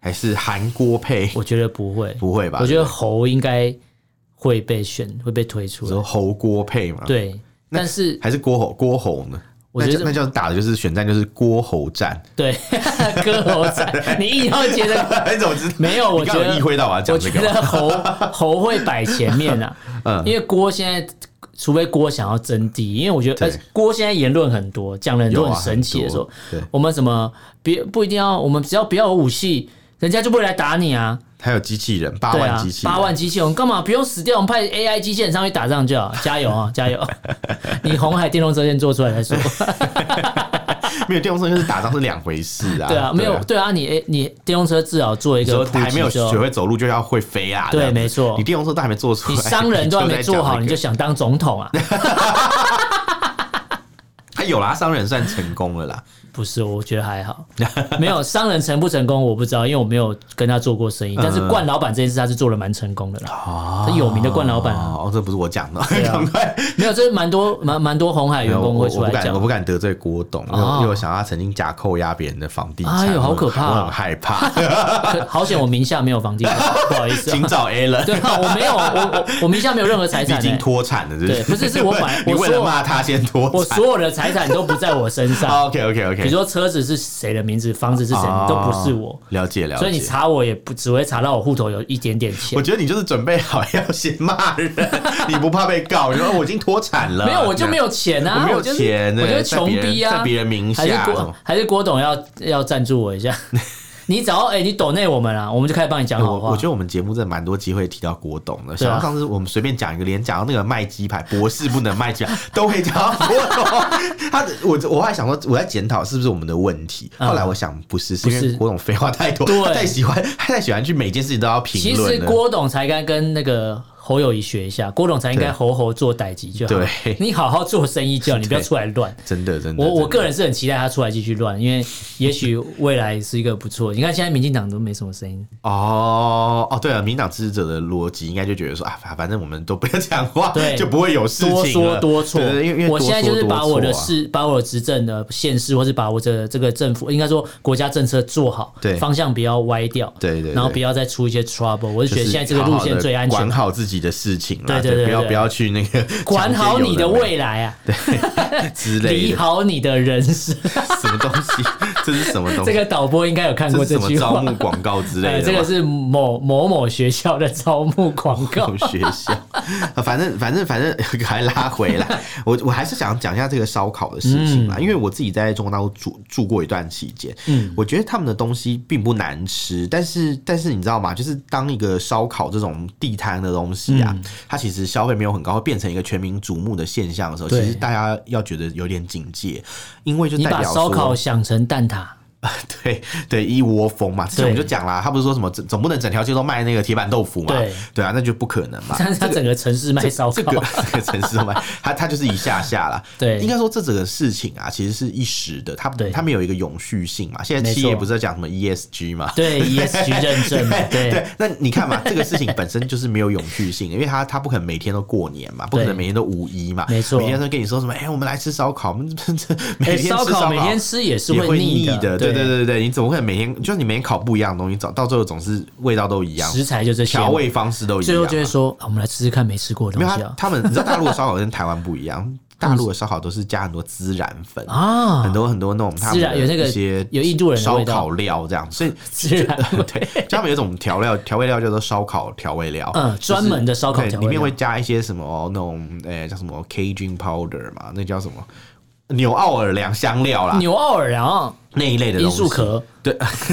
Speaker 1: 还是韩郭配？
Speaker 2: 我觉得不会，
Speaker 1: 不会吧？
Speaker 2: 我觉得猴应该会被选，会被推
Speaker 1: 你
Speaker 2: 出
Speaker 1: 说啊
Speaker 2: 来。
Speaker 1: 侯郭配嘛，，
Speaker 2: 对，但是
Speaker 1: 还是郭侯郭侯呢？
Speaker 2: 我觉得
Speaker 1: 那就那就打的就是选战，就是郭侯战。 *laughs*
Speaker 2: 对 *laughs* 歌喉仔，啊你硬要接这个。
Speaker 1: 你怎么知道？
Speaker 2: 没有，我
Speaker 1: 你
Speaker 2: 觉
Speaker 1: 刚有
Speaker 2: 得
Speaker 1: 意会到我要讲
Speaker 2: 我
Speaker 1: 这
Speaker 2: 觉
Speaker 1: 个吗
Speaker 2: 得猴猴会摆前面
Speaker 1: *laughs*
Speaker 2: 啊，
Speaker 1: 嗯
Speaker 2: 因为郭现在，除非郭想要争第一，因为我觉得
Speaker 1: 对
Speaker 2: 呃郭现在言论很多，讲了很多
Speaker 1: 有啊
Speaker 2: 很神奇的
Speaker 1: 很
Speaker 2: 说
Speaker 1: 多，对
Speaker 2: 我们什么别不一定要，我们只要不要有武器，人家就不会来打你啊，
Speaker 1: 还有机器人，八
Speaker 2: 对
Speaker 1: 万
Speaker 2: 啊
Speaker 1: 机，器人，
Speaker 2: 八万机器，我们干嘛不用死掉，我们派 AI 机器人上去打仗就好，加油啊，加
Speaker 1: *laughs*
Speaker 2: 油！你红海电动车先做出来再说，
Speaker 1: 啊没有电动车就是打仗是两回事啊。
Speaker 2: 对啊，没有对啊，你哎你电动车至少做一
Speaker 1: 你说
Speaker 2: 个普
Speaker 1: 还没有
Speaker 2: 及之后
Speaker 1: 学会走路就要会飞啊？这
Speaker 2: 对，
Speaker 1: 样子
Speaker 2: 没错
Speaker 1: 你，电动车都还没做 *laughs* 出来，
Speaker 2: 啊你商人都还没做好，你
Speaker 1: 在
Speaker 2: 就想当总统啊？
Speaker 1: 他有啦，商人算成功了啦。
Speaker 2: 不是，我觉得还好， *laughs* 没有商人成不成功我不知道，因为我没有跟他做过生
Speaker 1: 嗯
Speaker 2: 意。但是冠老板这件事他是做的蛮成功的啦，
Speaker 1: 哦
Speaker 2: 他有名的冠老板啊，
Speaker 1: 哦，这不是我讲的，
Speaker 2: 对啊
Speaker 1: *laughs* 赶快。
Speaker 2: 没有，这是蛮多蛮蛮多红海员
Speaker 1: 我
Speaker 2: 工会
Speaker 1: 我
Speaker 2: 出
Speaker 1: 不
Speaker 2: 来
Speaker 1: 敢，我不
Speaker 2: 讲。
Speaker 1: 敢得罪郭董，因为
Speaker 2: 哦
Speaker 1: 因为我想他曾经假扣押别人的房地产，
Speaker 2: 哎呦好可怕
Speaker 1: 我很害怕。 *laughs*
Speaker 2: 可好险我名下没有房地产，不好意思啊
Speaker 1: 请。找 a l a
Speaker 2: *laughs* 对
Speaker 1: n
Speaker 2: 啊，我没有，我我我名下没有任何财
Speaker 1: 你已
Speaker 2: 产
Speaker 1: 经
Speaker 2: 欸，
Speaker 1: 脱产了，是不是？
Speaker 2: 对不是是我
Speaker 1: *laughs*
Speaker 2: 本来
Speaker 1: 你
Speaker 2: 我
Speaker 1: 为了
Speaker 2: 说啊
Speaker 1: 骂他先脱
Speaker 2: 我
Speaker 1: 产。哦
Speaker 2: 所有的财产都不在我身
Speaker 1: *laughs*
Speaker 2: 上。
Speaker 1: OK 啊 OK OK，
Speaker 2: 比如说车子是谁的名字，房子是谁的，都不是我。
Speaker 1: 哦了解了解。
Speaker 2: 所以你查我也不只会查到我户头有一点点钱
Speaker 1: 我。觉得你就是准备好 *laughs* 要先骂人，你不怕被告？你说哦我已经脱产了，
Speaker 2: 没有，我就没有钱
Speaker 1: 我
Speaker 2: 啊！
Speaker 1: 没有
Speaker 2: 就是
Speaker 1: 钱
Speaker 2: 我就
Speaker 1: 在
Speaker 2: 是穷
Speaker 1: 别人
Speaker 2: 逼啊！
Speaker 1: 在别人名
Speaker 2: 还是
Speaker 1: 下
Speaker 2: 郭还是郭董要要赞助我一
Speaker 1: *laughs*
Speaker 2: 下。你只要哎，你抖内我们啊，我们就开始帮你讲好
Speaker 1: 哎我
Speaker 2: 话。
Speaker 1: 我觉得我们节目真的蛮多机会提到郭董的，
Speaker 2: 对啊
Speaker 1: 像上次我们随便讲一个，连讲到那个卖鸡排，博士不能卖鸡排，都会讲到郭董。他的我我还想说， *laughs* 我在检讨是不是我们的问题。
Speaker 2: 嗯
Speaker 1: 后来我想不是，是因
Speaker 2: 不
Speaker 1: 为
Speaker 2: 是
Speaker 1: 郭董废话太多，
Speaker 2: 对
Speaker 1: 他太喜欢他太喜欢去每件事情都要
Speaker 2: 其
Speaker 1: 评
Speaker 2: 实
Speaker 1: 论了。
Speaker 2: 郭董才该跟那个侯友谊学一下，郭董才应该猴猴做代级就好。
Speaker 1: 对
Speaker 2: 你好好做生意就好，你不要出来乱。
Speaker 1: 真的真的，
Speaker 2: 我我
Speaker 1: 真的
Speaker 2: 个人是很期待他出来继续乱，因为也许未来是一个不错。你看现在民进党都没什么声音，
Speaker 1: 哦哦，对了，民党支持者的逻辑应该就觉得说啊，反反正我们都不要讲话，
Speaker 2: 对
Speaker 1: 就不会有事情
Speaker 2: 多说
Speaker 1: 了
Speaker 2: 多错。
Speaker 1: 对对对因为因为
Speaker 2: 我
Speaker 1: 多
Speaker 2: 现在
Speaker 1: 说
Speaker 2: 就是
Speaker 1: 多
Speaker 2: 把我的
Speaker 1: 错啊
Speaker 2: 市、把我的执政的县市，或是把我的这个政府，应该说国家政策做好，
Speaker 1: 对
Speaker 2: 方向不要歪掉，
Speaker 1: 对对对
Speaker 2: 然后不要再出一些 trouble。我是
Speaker 1: 就
Speaker 2: 觉
Speaker 1: 是
Speaker 2: 得现在这个路线最
Speaker 1: 好
Speaker 2: 安
Speaker 1: 好地
Speaker 2: 全
Speaker 1: 管，好自己的事情啦，
Speaker 2: 对对
Speaker 1: 就
Speaker 2: 对
Speaker 1: 不要
Speaker 2: 对
Speaker 1: 不要去那个
Speaker 2: *laughs* 管好
Speaker 1: 强
Speaker 2: 你的
Speaker 1: 奸有没
Speaker 2: 未来啊，
Speaker 1: 有之类
Speaker 2: 理
Speaker 1: 的，
Speaker 2: 好你 *laughs* 的人生。
Speaker 1: 什么东西？这是什么东西？
Speaker 2: 这个导播应该有看
Speaker 1: 这
Speaker 2: 过
Speaker 1: 是
Speaker 2: 这
Speaker 1: 什么
Speaker 2: 句
Speaker 1: 招
Speaker 2: 话
Speaker 1: 募。广告之类的
Speaker 2: 呃，
Speaker 1: 吗？
Speaker 2: 这个是某某某学校的招募广告
Speaker 1: 我。们学
Speaker 2: *laughs*
Speaker 1: 校，啊反正反正反正，还拉回来。我我还是想讲一下这个烧烤的事情
Speaker 2: 嗯
Speaker 1: 啦，因为我自己在中国大陆住住过一段期间，嗯，我觉得他们的东西并不难吃，但是但是你知道吗？就是当一个烧烤这种地摊的东西
Speaker 2: 嗯
Speaker 1: 啊，它其实消费没有很高，会变成一个全民瞩目的现象的时候，其
Speaker 2: 对
Speaker 1: 实大家要觉得有点警戒，因为就
Speaker 2: 你
Speaker 1: 代
Speaker 2: 把
Speaker 1: 表
Speaker 2: 烧
Speaker 1: 说啊
Speaker 2: 烤想成蛋挞，
Speaker 1: *laughs* 对对，一窝蜂嘛。之前我们就
Speaker 2: 对
Speaker 1: 讲啦，他不是说什么总总不能整条街都卖那个铁板豆腐嘛？
Speaker 2: 对
Speaker 1: 对啊，那就不可能嘛。
Speaker 2: 但是他整个城市卖烧
Speaker 1: *laughs* 这个
Speaker 2: 烤，
Speaker 1: 这个城市嘛，它它就是一下下啦。
Speaker 2: 对
Speaker 1: 应该说这整个事情啊，其实是一时的，它
Speaker 2: 对
Speaker 1: 它没有一个永续性嘛。现在
Speaker 2: 没
Speaker 1: 企业
Speaker 2: 错
Speaker 1: 不是在讲什么 ESG 嘛？
Speaker 2: 对 ESG
Speaker 1: *laughs*
Speaker 2: 认证嘛，对
Speaker 1: 对，那你看嘛，这个事情本身就是没有永续性的，因为它它不可能每天都过年嘛，不可能
Speaker 2: 对
Speaker 1: 每天都五一嘛，
Speaker 2: 没错
Speaker 1: 每天都跟你说什么，哎，我们来吃烧烤，我们每
Speaker 2: 哎，
Speaker 1: 天吃
Speaker 2: 烧
Speaker 1: 烧
Speaker 2: 烤
Speaker 1: 烤，
Speaker 2: 每天吃也是
Speaker 1: 也会
Speaker 2: 腻
Speaker 1: 的，对
Speaker 2: 对
Speaker 1: 对对对，你怎么会每天就是你每天烤不一样的东西，找到最后总是味道都一样，
Speaker 2: 食材就这些嘛，
Speaker 1: 调味方式都一样嘛，
Speaker 2: 最后就会说，啊我们来吃吃看没吃过的
Speaker 1: 没有
Speaker 2: 东
Speaker 1: 他
Speaker 2: 西啊
Speaker 1: 他们，你知道大陆的烧烤跟台湾不一
Speaker 2: *laughs*
Speaker 1: 样，大陆的烧烤都是加很多孜然粉，
Speaker 2: 啊，
Speaker 1: 很多很多那种他
Speaker 2: 孜
Speaker 1: 们
Speaker 2: 然有那
Speaker 1: 的
Speaker 2: 个
Speaker 1: 一些
Speaker 2: 有印度人的
Speaker 1: 烧
Speaker 2: 味道，
Speaker 1: 烤料这样，所
Speaker 2: *laughs*
Speaker 1: 以
Speaker 2: 孜然味
Speaker 1: *laughs* 对，就他们有一种调料调味料叫做烧烤调味料，
Speaker 2: 嗯，专门的烧烤
Speaker 1: 对，
Speaker 2: 调
Speaker 1: 里
Speaker 2: 味
Speaker 1: 面
Speaker 2: 料
Speaker 1: 会加一些什么那种呃叫什么 Cajun powder 嘛，那叫什么纽奥尔良香料啦，
Speaker 2: *laughs* 牛奥尔良啊
Speaker 1: 那一类的
Speaker 2: 罂
Speaker 1: 东西
Speaker 2: 粟壳，
Speaker 1: 对 *laughs*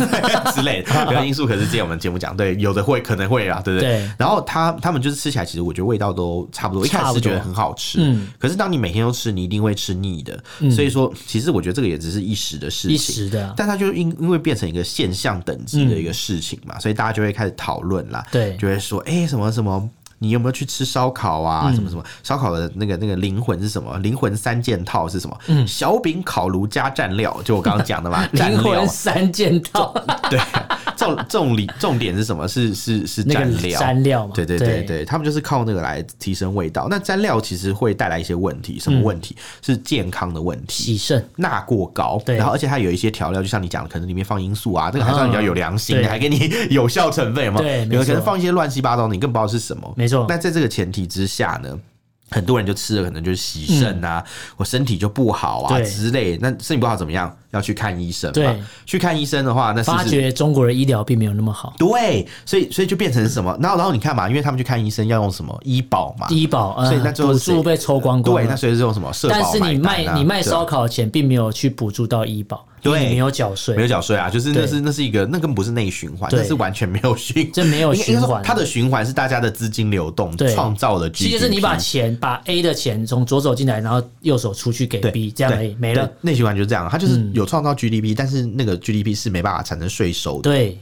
Speaker 1: 之类的，不要因素可是之前我们节目讲，对，有的会可能会啊，对不对？
Speaker 2: 对
Speaker 1: 然后他他们就是吃起来，其实我觉得味道都差不多，一开
Speaker 2: 差
Speaker 1: 始
Speaker 2: 不多
Speaker 1: 是觉得很好吃，
Speaker 2: 嗯
Speaker 1: 可是当你每天都吃，你一定会吃腻的。所以说，其实我觉得这个也只是一时的事情，
Speaker 2: 一时的啊
Speaker 1: 但它就因因为变成一个现象等级的一个事情嘛，所以大家就会开始讨论啦，
Speaker 2: 嗯对
Speaker 1: 就会说，哎、什么什么。你有没有去吃烧烤
Speaker 2: 嗯
Speaker 1: 啊？什么什么烧烤的那个那个灵魂是什么？灵魂三件套是什么？
Speaker 2: 嗯
Speaker 1: 小饼、烤炉加蘸料，就我刚刚讲
Speaker 2: *laughs*
Speaker 1: 的嘛，蘸
Speaker 2: 灵
Speaker 1: 料
Speaker 2: 魂三件
Speaker 1: *laughs*
Speaker 2: 套，
Speaker 1: 对，啊重重理重点是什么？是是是
Speaker 2: 那
Speaker 1: 蘸
Speaker 2: 个
Speaker 1: 料。
Speaker 2: 蘸料嘛，
Speaker 1: 对对对对，他们就是靠那个来提升味道。那蘸料其实会带来一些问题，
Speaker 2: 嗯
Speaker 1: 什么问题？是健康的问题，
Speaker 2: 喜胜。
Speaker 1: 钠过高，
Speaker 2: 对
Speaker 1: 然后而且它有一些调料，就像你讲的，可能里面放罂粟啊，这个还算比较有良心的，
Speaker 2: 嗯对
Speaker 1: 还给你 *laughs* 有效成分嘛。
Speaker 2: 对没
Speaker 1: 有的可能
Speaker 2: 错
Speaker 1: 放一些乱七八糟的，你更不知道是什么。
Speaker 2: 没错
Speaker 1: 那在这个前提之下呢？很多人就吃了，可能就是洗肾啊，我身体就不好啊
Speaker 2: 嗯对
Speaker 1: 之类的。那身体不好怎么样？要去看医生嘛
Speaker 2: 对。
Speaker 1: 去看医生的话，那是不
Speaker 2: 发
Speaker 1: 是
Speaker 2: 觉中国的医疗并没有那么好。
Speaker 1: 对，所以所以就变成什么？然后然后你看嘛，因为他们去看医生要用什么医保嘛，
Speaker 2: 医保，呃
Speaker 1: 所以那最后
Speaker 2: 补
Speaker 1: 谁
Speaker 2: 助被抽光光
Speaker 1: 对，那
Speaker 2: 了。
Speaker 1: 所以是用什么社保、啊
Speaker 2: 但是你卖你卖烧
Speaker 1: 烤
Speaker 2: 烤的钱并没有去补助到医保，
Speaker 1: 对
Speaker 2: 因为你没有缴
Speaker 1: 没有
Speaker 2: 税，
Speaker 1: 缴税啊，就是那
Speaker 2: 对
Speaker 1: 是那是一个那根本不是内循环，
Speaker 2: 对
Speaker 1: 那是完全没有循，
Speaker 2: 这没有
Speaker 1: 应该
Speaker 2: 循
Speaker 1: 应该说
Speaker 2: 环。啊
Speaker 1: 它的循环是大家的资金流动
Speaker 2: 对
Speaker 1: 创造了 GDP，
Speaker 2: 其实就是你把钱把 A 的钱从左手进来，然后右手出去给
Speaker 1: 对
Speaker 2: B，这样而已，没了嗯
Speaker 1: 对。内啊循环就是这样，它就是有创造 GDP，、但是那个 GDP 是没办法产生税收的。
Speaker 2: 对，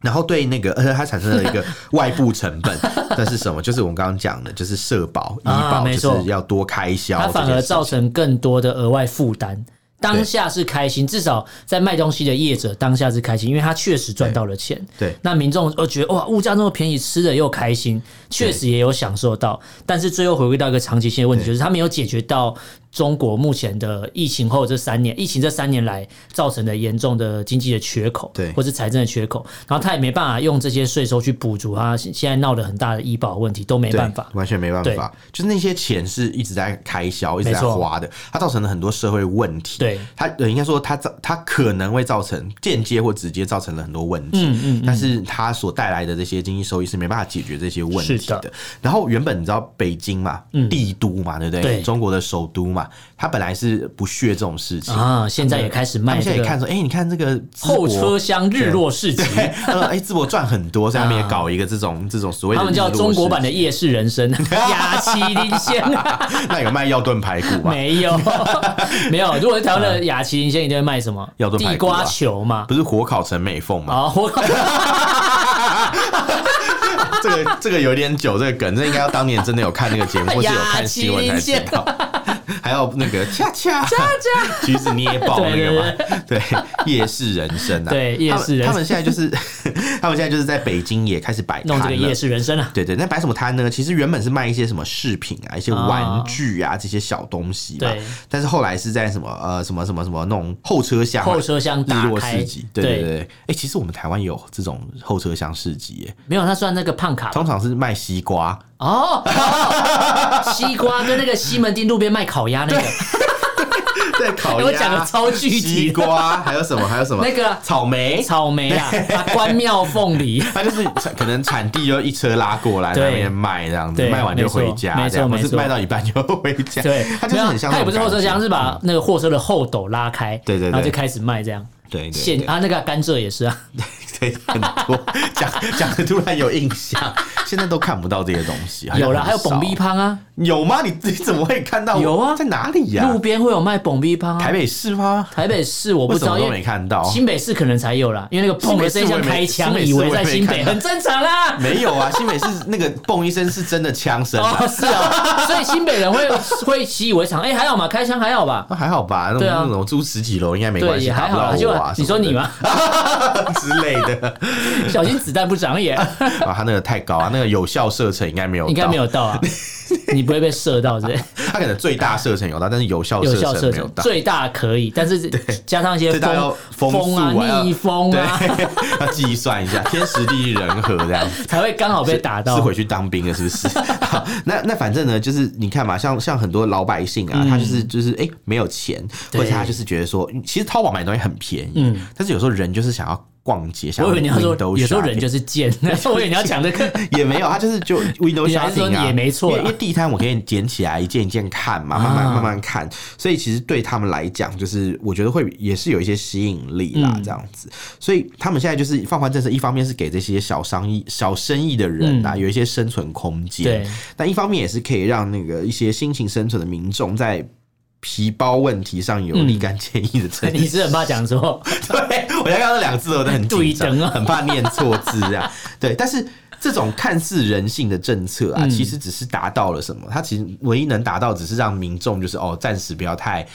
Speaker 1: 然后对那个， *laughs* 而且它产生了一
Speaker 2: *laughs*
Speaker 1: 个外部成本，那是什么？就是我们刚刚讲的，就是社保、医
Speaker 2: 啊
Speaker 1: 保，
Speaker 2: 没
Speaker 1: 就
Speaker 2: 错
Speaker 1: 是要多开销
Speaker 2: 它
Speaker 1: 这件事情，
Speaker 2: 反而造成更多的额外负担。当下是开心，至少在卖东西的业者当下是开心，因为他确实赚到了钱。
Speaker 1: 对
Speaker 2: 那民众呃觉得哇，物价那么便宜，吃的又开心，确实也有享受到。但是最后回归到一个长期性的问题，
Speaker 1: 对
Speaker 2: 就是他没有解决到中国目前的疫情后这三年，疫情这三年来造成的严重的经济的缺口，
Speaker 1: 对
Speaker 2: 或是财政的缺口，然后他也没办法用这些税收去补足他现现在闹得很大的医保问题，都没
Speaker 1: 对
Speaker 2: 办法。
Speaker 1: 完全没办
Speaker 2: 对
Speaker 1: 法。就是那些钱是一直在开销，一直在
Speaker 2: 没错
Speaker 1: 花的，它造成了很多社会问题。
Speaker 2: 对
Speaker 1: 它呃应该说它造它可能会造成间接或直接造成了很多问题，
Speaker 2: 嗯嗯
Speaker 1: 但是它所带来的这些经济收益是没办法解决这些问题
Speaker 2: 是的嗯
Speaker 1: 然后原本你知道北京嘛，帝都嘛，对不对？
Speaker 2: 对
Speaker 1: 中国的首都嘛，它本来是不屑这种事情。
Speaker 2: 啊，现在也开始
Speaker 1: 他
Speaker 2: 卖
Speaker 1: 们现在
Speaker 2: 这
Speaker 1: 也
Speaker 2: 个
Speaker 1: 看说，哎、你看这个淄
Speaker 2: 后
Speaker 1: 博
Speaker 2: 车厢日落市集，
Speaker 1: 对，他说：“ *laughs* 哎，淄博赚很
Speaker 2: *laughs*
Speaker 1: 多，所以他们也搞一个这种这种所谓的
Speaker 2: 啊他们叫
Speaker 1: 日落
Speaker 2: 中国
Speaker 1: 市
Speaker 2: 版的
Speaker 1: 集
Speaker 2: 夜市人生，雅琪林仙
Speaker 1: 那有 *laughs* 卖药炖排骨吗？
Speaker 2: 没
Speaker 1: *laughs*
Speaker 2: 有没有。如果是台湾的雅琪林仙，一定会卖什么
Speaker 1: 要？炖排骨啊
Speaker 2: 地瓜球嘛？
Speaker 1: 不是火烤陈美凤吗？
Speaker 2: 啊，我 *laughs* 靠，
Speaker 1: 这个这个有点久，这个梗，这应该要当年真的有看那个节
Speaker 2: *laughs*
Speaker 1: 目，或是有看新闻 *laughs* 才知道。还有那个恰
Speaker 2: *laughs*
Speaker 1: 恰恰 *laughs* 恰橘子捏爆那个嘛，对，夜市人生啊，
Speaker 2: 对夜市人生
Speaker 1: 他们他们现在就是 *laughs* 他们现在就是在北京也开始摆摊
Speaker 2: 弄
Speaker 1: 了
Speaker 2: 这个夜市人生啊。
Speaker 1: 对对，那摆什么摊呢？其实原本是卖一些什么饰品啊、一些玩具啊、这些小东西嘛
Speaker 2: 哦对。
Speaker 1: 但是后来是在什么呃什么什么什么那种后车厢啊、
Speaker 2: 后车厢
Speaker 1: 日
Speaker 2: 打
Speaker 1: 落
Speaker 2: 开
Speaker 1: 市集，对对
Speaker 2: 对
Speaker 1: 对。哎、其实我们台湾有这种后车厢市集耶，
Speaker 2: 没有，他算那个胖卡吧
Speaker 1: 通常是卖西 *laughs* 瓜。
Speaker 2: 哦， *laughs* 哦西瓜跟那个西门町路边卖烤鸭那个，
Speaker 1: 对，烤鸭。
Speaker 2: *laughs* 我讲的超具
Speaker 1: 西
Speaker 2: 体的，
Speaker 1: 瓜，还有什么？还有什么？
Speaker 2: 那个
Speaker 1: 草莓。
Speaker 2: 草莓
Speaker 1: *laughs*
Speaker 2: 啊，啊关庙凤梨。
Speaker 1: 它就是 *laughs* 可能产地就一车拉过来，
Speaker 2: 对
Speaker 1: 那边卖这样子，
Speaker 2: 对
Speaker 1: 卖完就
Speaker 2: 没错
Speaker 1: 回家，
Speaker 2: 没错
Speaker 1: 这样不
Speaker 2: 没
Speaker 1: 是
Speaker 2: 错
Speaker 1: 卖到一半就回家。
Speaker 2: 对，
Speaker 1: 它就是
Speaker 2: 没有啊
Speaker 1: 很像那种感觉。
Speaker 2: 它也不是后车厢，是把那个货车的后斗拉开，
Speaker 1: 对对对
Speaker 2: 然后就开始卖这样。
Speaker 1: 对对对 *laughs*
Speaker 2: 现啊，那个甘蔗也是啊，
Speaker 1: 对，很多讲讲的突然有印象，现在都看不到这些东西。好像
Speaker 2: 有了，
Speaker 1: 很
Speaker 2: 还有蹦
Speaker 1: 少
Speaker 2: 逼胖啊，
Speaker 1: 有吗？你你怎么会看到？
Speaker 2: 有啊
Speaker 1: 在哪里呀、
Speaker 2: 路边会有卖蹦逼胖啊。
Speaker 1: 台
Speaker 2: 台
Speaker 1: 北市吗？
Speaker 2: 北市我不
Speaker 1: 为
Speaker 2: 知
Speaker 1: 什么
Speaker 2: 道，
Speaker 1: 都
Speaker 2: 因
Speaker 1: 没
Speaker 2: 为
Speaker 1: 看到？
Speaker 2: 新北市可能才有啦，因为那个砰的声音像开
Speaker 1: 新
Speaker 2: 枪，
Speaker 1: 北市
Speaker 2: 以
Speaker 1: 我也
Speaker 2: 为在新
Speaker 1: 新北市我也没看
Speaker 2: 北，
Speaker 1: 到
Speaker 2: 很正常啦。
Speaker 1: 没有啊，新北市那个蹦一声是真的枪声、啊
Speaker 2: *laughs* 哦，是啊，所以新北人会会习以为常，哎，还好嘛，开枪还好吧，
Speaker 1: 那还好吧，那种
Speaker 2: 对啊
Speaker 1: 那种住十几楼应该没关
Speaker 2: 对，
Speaker 1: 系，
Speaker 2: 也
Speaker 1: 打
Speaker 2: 还
Speaker 1: 不
Speaker 2: 好
Speaker 1: 到
Speaker 2: 啦。就
Speaker 1: 我啊，
Speaker 2: 你说你吗？
Speaker 1: 什么的 *laughs* 之类的
Speaker 2: 小心子弹不
Speaker 1: *laughs*
Speaker 2: 长眼，
Speaker 1: 啊，他那个太高啊，那个有效射程应该没有，
Speaker 2: 应该没，有到
Speaker 1: *laughs*
Speaker 2: 啊，你不会被射到之类。
Speaker 1: 他可能最大射程有到，但是有效
Speaker 2: 有效
Speaker 1: 射
Speaker 2: 射
Speaker 1: 哦程没有
Speaker 2: 程
Speaker 1: 到，
Speaker 2: 最大可以，但是加上一些
Speaker 1: 最大要
Speaker 2: 风
Speaker 1: 风速啊
Speaker 2: 啊、逆风啊，
Speaker 1: 对， *laughs* 要计算一下天时地利人和这样子。
Speaker 2: 才会刚好被打
Speaker 1: 是
Speaker 2: 到
Speaker 1: 回。去当兵了，是不
Speaker 2: *laughs*
Speaker 1: 是？好那那反正呢，就是你看嘛，像像很多老百姓啊，他就是就是哎、诶没有钱，或
Speaker 2: 嗯对嗯
Speaker 1: 者他就是觉得说，其实淘宝买东西很便宜，但是有时候人就是想要逛街，想
Speaker 2: 我
Speaker 1: 要
Speaker 2: 以为你要说
Speaker 1: window
Speaker 2: 有时候
Speaker 1: shopping
Speaker 2: 人就
Speaker 1: *laughs*
Speaker 2: 是贱， *laughs* 我以为你要讲这个。
Speaker 1: 也没有，
Speaker 2: *laughs*
Speaker 1: 他就是就 window
Speaker 2: 你还是说
Speaker 1: shopping 啊，
Speaker 2: 也没错
Speaker 1: 因
Speaker 2: 啦
Speaker 1: 为因为地摊我可以捡起来一件一件看嘛，慢慢
Speaker 2: 啊
Speaker 1: 慢慢看，所以其实对他们来讲，就是我觉得会也是有一些吸引力
Speaker 2: 嗯
Speaker 1: 啦，这样子。所以他们现在就是放宽政策，一方面是给这些小商意、小生意的人啊，有一些生存空间
Speaker 2: 嗯对，
Speaker 1: 但一方面也是可以让那个一些辛勤生存的民众在。皮包问题上有立竿见影的成效
Speaker 2: 嗯 *laughs* 你是很怕讲说，
Speaker 1: 对，我刚刚那两个字我都很紧张
Speaker 2: 对等啊
Speaker 1: 很怕念错字这样。对，但是这种看似人性的政策啊，其实只是达到了什么？它其实唯一能达到，只是让民众就是哦，暂时不要太。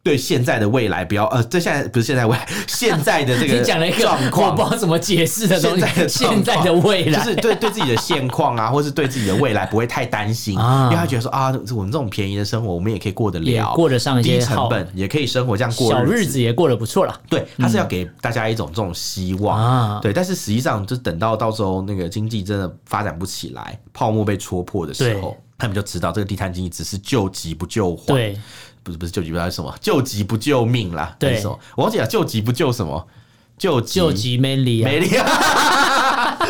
Speaker 1: 对现在的未来不要呃，对现在不是现在未来，现在的这个
Speaker 2: 你讲了一个
Speaker 1: 状
Speaker 2: 我
Speaker 1: 况
Speaker 2: 不知道怎么解释的东
Speaker 1: 现
Speaker 2: 西
Speaker 1: 在的，状
Speaker 2: 现
Speaker 1: 况
Speaker 2: 在的未来
Speaker 1: 就是对对自己的现况啊，或是对自己的未来不会太担心，
Speaker 2: 啊
Speaker 1: 因为他觉得说啊，我们这种便宜的生活，我们也可以过得
Speaker 2: 也
Speaker 1: 了，
Speaker 2: 过得上一些
Speaker 1: 低成
Speaker 2: 好
Speaker 1: 本，也可以生活这样过
Speaker 2: 小
Speaker 1: 日
Speaker 2: 日
Speaker 1: 子
Speaker 2: 子也过得不错了。
Speaker 1: 对，他是要给大家一种这种希望，
Speaker 2: 啊
Speaker 1: 对。但是实际上，就等到到时候那个经济真的发展不起来，泡沫被戳破的时候
Speaker 2: 对，
Speaker 1: 他们就知道这个地摊经济只是救急不救火，，
Speaker 2: 对，
Speaker 1: 不是不是救急不知道是什么，救急不救命啦，
Speaker 2: 对
Speaker 1: 还是什么？我忘记了，救急不救什么，救急
Speaker 2: 救急 m a n l y
Speaker 1: 没
Speaker 2: 啊，
Speaker 1: 力。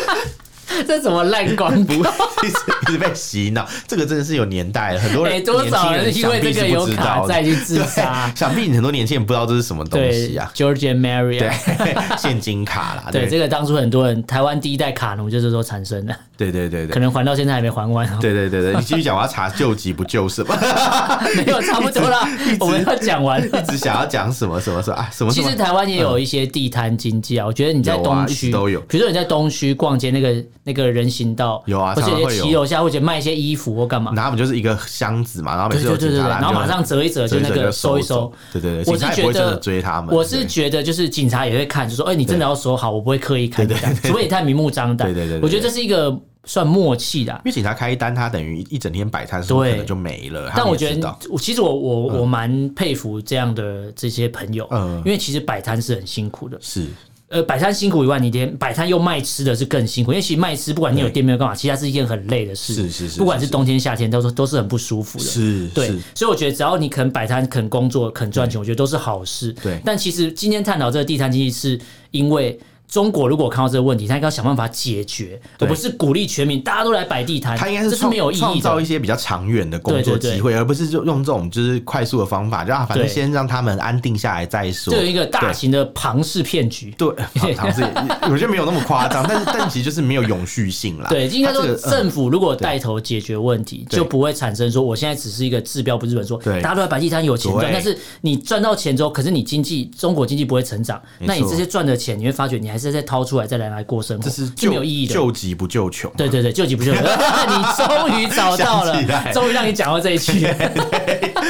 Speaker 2: 这怎么烂广
Speaker 1: 不
Speaker 2: 告？
Speaker 1: 一直一直被洗脑，这个真的是有年代了，很多人、
Speaker 2: 哎多少人
Speaker 1: 年轻人想必
Speaker 2: 因为这个
Speaker 1: 是不知
Speaker 2: 有卡
Speaker 1: 道的
Speaker 2: 债去自
Speaker 1: 对
Speaker 2: 杀
Speaker 1: 想必你很多年轻人不知道这是什么东
Speaker 2: *laughs* 对
Speaker 1: 西啊？
Speaker 2: ，George and Mary，
Speaker 1: 对
Speaker 2: a，
Speaker 1: 现金卡啦，
Speaker 2: 对，
Speaker 1: 对
Speaker 2: 这个当初很多人台湾第一代卡奴就是说产生的，
Speaker 1: 对对对
Speaker 2: 可
Speaker 1: 对。
Speaker 2: 能还到现在还没还完哦。
Speaker 1: *laughs* 对对对对，你继续讲，我要查救急不 *laughs* 救什么，
Speaker 2: *laughs* 没有，差不多啦，
Speaker 1: *laughs*
Speaker 2: 我们要讲完了
Speaker 1: 一。直想要讲什么什么什么啊什么什
Speaker 2: 其
Speaker 1: 么
Speaker 2: 实，台湾也有一些地摊经济啊，我觉得你在
Speaker 1: 有啊
Speaker 2: 东
Speaker 1: 一直
Speaker 2: 区
Speaker 1: 都有
Speaker 2: 比如说你在东区逛街那个那个人行道，
Speaker 1: 有啊
Speaker 2: 或者
Speaker 1: 常常会有
Speaker 2: 骑楼下或者卖一些衣服或干嘛，
Speaker 1: 然后我们就是一个箱子嘛，然后每
Speaker 2: 对
Speaker 1: 次有
Speaker 2: 对对
Speaker 1: 警
Speaker 2: 对，
Speaker 1: 察
Speaker 2: 对
Speaker 1: 来，
Speaker 2: 然后
Speaker 1: 就
Speaker 2: 马上折一折
Speaker 1: 追
Speaker 2: 就那
Speaker 1: 着
Speaker 2: 个收一收
Speaker 1: 走。对对对，警
Speaker 2: 我是
Speaker 1: 察也不
Speaker 2: 觉
Speaker 1: 会真
Speaker 2: 得
Speaker 1: 的追他们，
Speaker 2: 我是
Speaker 1: 对
Speaker 2: 觉得就是警察也会看，就说，哎，你真的要收好，我不会刻意看你这样，除非你太明目张胆。
Speaker 1: 对对对对
Speaker 2: 我觉得这是一个算默契的啊
Speaker 1: 因。为警察开一单，他等于一整天摆摊，所以
Speaker 2: 对
Speaker 1: 可能就没了。他
Speaker 2: 但
Speaker 1: 们
Speaker 2: 我
Speaker 1: 也
Speaker 2: 觉
Speaker 1: 知
Speaker 2: 得
Speaker 1: 道，
Speaker 2: 我其实我我我蛮佩服这样的这些朋友，
Speaker 1: 嗯
Speaker 2: 因为其实摆摊是很辛苦的，
Speaker 1: 是
Speaker 2: 呃，摆摊辛苦以外，你连摆摊又卖吃的是更辛苦，因为其实卖吃不管你有店面干嘛，其实它是一件很累的事，
Speaker 1: 是是是
Speaker 2: 不管是
Speaker 1: 是
Speaker 2: 冬天夏天，都是都是很不舒服的。
Speaker 1: 是，
Speaker 2: 对
Speaker 1: 是，
Speaker 2: 所以我觉得只要你肯摆摊、肯工作、肯赚钱，我觉得都是好事。
Speaker 1: 对
Speaker 2: 但其实今天探讨这个地摊经济，是因为中国如果看到这个问题，他应该要想办法解决，而
Speaker 1: 对
Speaker 2: 不是鼓励全民大家都来摆地摊。
Speaker 1: 他应该是
Speaker 2: 这是
Speaker 1: 创
Speaker 2: 没有意
Speaker 1: 创
Speaker 2: 义
Speaker 1: 造
Speaker 2: 的
Speaker 1: 一。些比较长远的工作
Speaker 2: 对对对
Speaker 1: 机会，而不是就用这种就是快速的方法，就啊，反正
Speaker 2: 对
Speaker 1: 先让他们安定下来再说。
Speaker 2: 这有一个大
Speaker 1: 对
Speaker 2: 型的庞氏骗局。
Speaker 1: 对，好像是我觉得没有那么夸张，但是但其实就是没有永续性啦。
Speaker 2: *laughs* 对，应该说
Speaker 1: 他这个嗯
Speaker 2: 政府如果带头解决问题，
Speaker 1: 对
Speaker 2: 就不会产生说我现在只是一个治标不治本，说
Speaker 1: 对
Speaker 2: 大家都来摆地摊有钱赚，
Speaker 1: 对
Speaker 2: 但是你赚到钱之后，可是你经济中国经济不会成长，
Speaker 1: 没
Speaker 2: 那你
Speaker 1: 错
Speaker 2: 这些赚的钱，你会发觉你还是在掏出来再来来过生活，
Speaker 1: 这是
Speaker 2: 没有
Speaker 1: 救
Speaker 2: 意义的。
Speaker 1: 救急不救穷。
Speaker 2: 对对对，救急不
Speaker 1: *laughs*
Speaker 2: 救急， *laughs* 你终于找到了
Speaker 1: 想起来，
Speaker 2: 终于让你讲到这
Speaker 1: *laughs*
Speaker 2: 一句。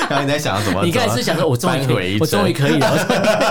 Speaker 1: 然后你在想要怎么？
Speaker 2: 你刚才
Speaker 1: 怎么
Speaker 2: 是想说，我终于
Speaker 1: 翻
Speaker 2: 可
Speaker 1: 回
Speaker 2: 以
Speaker 1: 一，
Speaker 2: 我终于可以了，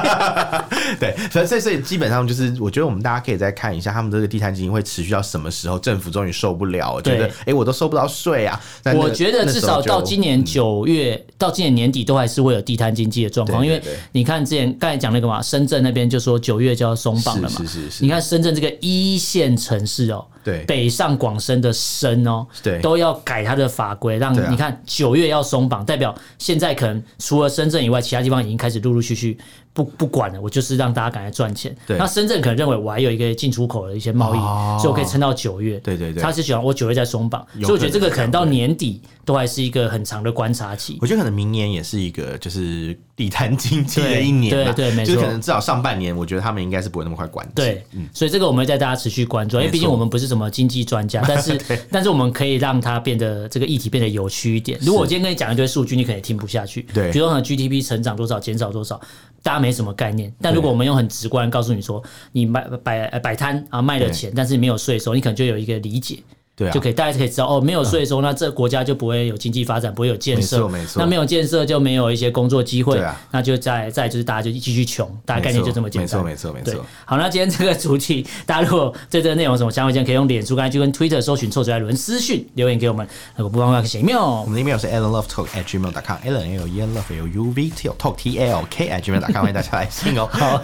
Speaker 1: 对，所以所以所以基本上就是，我觉得我们大家可以再看一下，他们这个地摊基金会持续到什么时候，政府终于受不了，我觉得
Speaker 2: 对
Speaker 1: 哎、诶我都收不到税啊。那那
Speaker 2: 我觉得至少到
Speaker 1: 嗯
Speaker 2: 今，年九月到今年年底都还是会有地摊经济的状况，
Speaker 1: 对
Speaker 2: 因
Speaker 1: 对
Speaker 2: 为
Speaker 1: 对
Speaker 2: 你看之前刚才讲那个嘛，深圳那边就说九月就要松绑了嘛
Speaker 1: 是是是，是
Speaker 2: 你看深圳这个一线城市哦，
Speaker 1: 对
Speaker 2: 北上广深的深哦，
Speaker 1: 对
Speaker 2: 都要改它的法规，让
Speaker 1: 对啊
Speaker 2: 你看九月要松绑，代表现在可能除了深圳以外，其他地方已经开始陆陆续续不不管了，我就是让大家赶快赚钱。
Speaker 1: 对
Speaker 2: 那深圳可能认为我还有一个进出口的一些贸易，
Speaker 1: 哦
Speaker 2: 所以我可以撑到九月。
Speaker 1: 对对对
Speaker 2: 他是喜欢我九月再松绑，
Speaker 1: 有
Speaker 2: 所以我觉得这
Speaker 1: 可能
Speaker 2: 个
Speaker 1: 是
Speaker 2: 可
Speaker 1: 这样
Speaker 2: 能到
Speaker 1: 对
Speaker 2: 年底都还是一个很长的观察期
Speaker 1: 我。觉得可能明年也是一个就是地摊经济的一年啦，
Speaker 2: 对对对没
Speaker 1: 就是
Speaker 2: 错
Speaker 1: 可能至少上半年，我觉得他们应该是不会那么快关机。
Speaker 2: 对，所以这个我们会带大家持续关注，因为
Speaker 1: 嗯没错
Speaker 2: 毕竟我们不是什么经济专
Speaker 1: *laughs*
Speaker 2: 家，但是但是我们可以让它变得这个议题变得有趣一点。如果我今天跟你讲一堆数据，你可能也听不下去。
Speaker 1: 对
Speaker 2: 比如说可能 GDP 成长多少，减少多少，大家没什么概念。但如果我们用很直观地告诉你说，你买摆呃摆摊啊卖了
Speaker 1: 对
Speaker 2: 钱，但是没有税收，你可能就有一个理解。
Speaker 1: 对啊，嗯
Speaker 2: 就可以大家可以知道哦，没有税收，那这个国家就不会有经济发展，不会有建设，
Speaker 1: 没错没错
Speaker 2: 那没有建设就没有一些工作机会，
Speaker 1: 对啊
Speaker 2: 那就再再就是大家就继续穷，大家概念就这么简单。
Speaker 1: 没错没错没错
Speaker 2: 对
Speaker 1: 没错，
Speaker 2: 好，那今天这个主题，大家如果对这个内容有什么相关意见，可以用脸书、刚才就跟 Twitter 搜寻“臭嘴艾伦”私讯留言给我们，如果不方便写 email
Speaker 1: 我。们的 email 是 allenlovetalk at gmail com allen l e n love l u v t talk t l k at gmail com，欢迎大家来信哦。
Speaker 2: 好，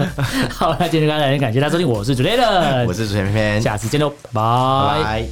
Speaker 2: 好，那今天就跟大家感谢大家收听，我是主持人，
Speaker 1: 我是主持人偏偏，
Speaker 2: 下次见喽，拜拜
Speaker 1: 拜。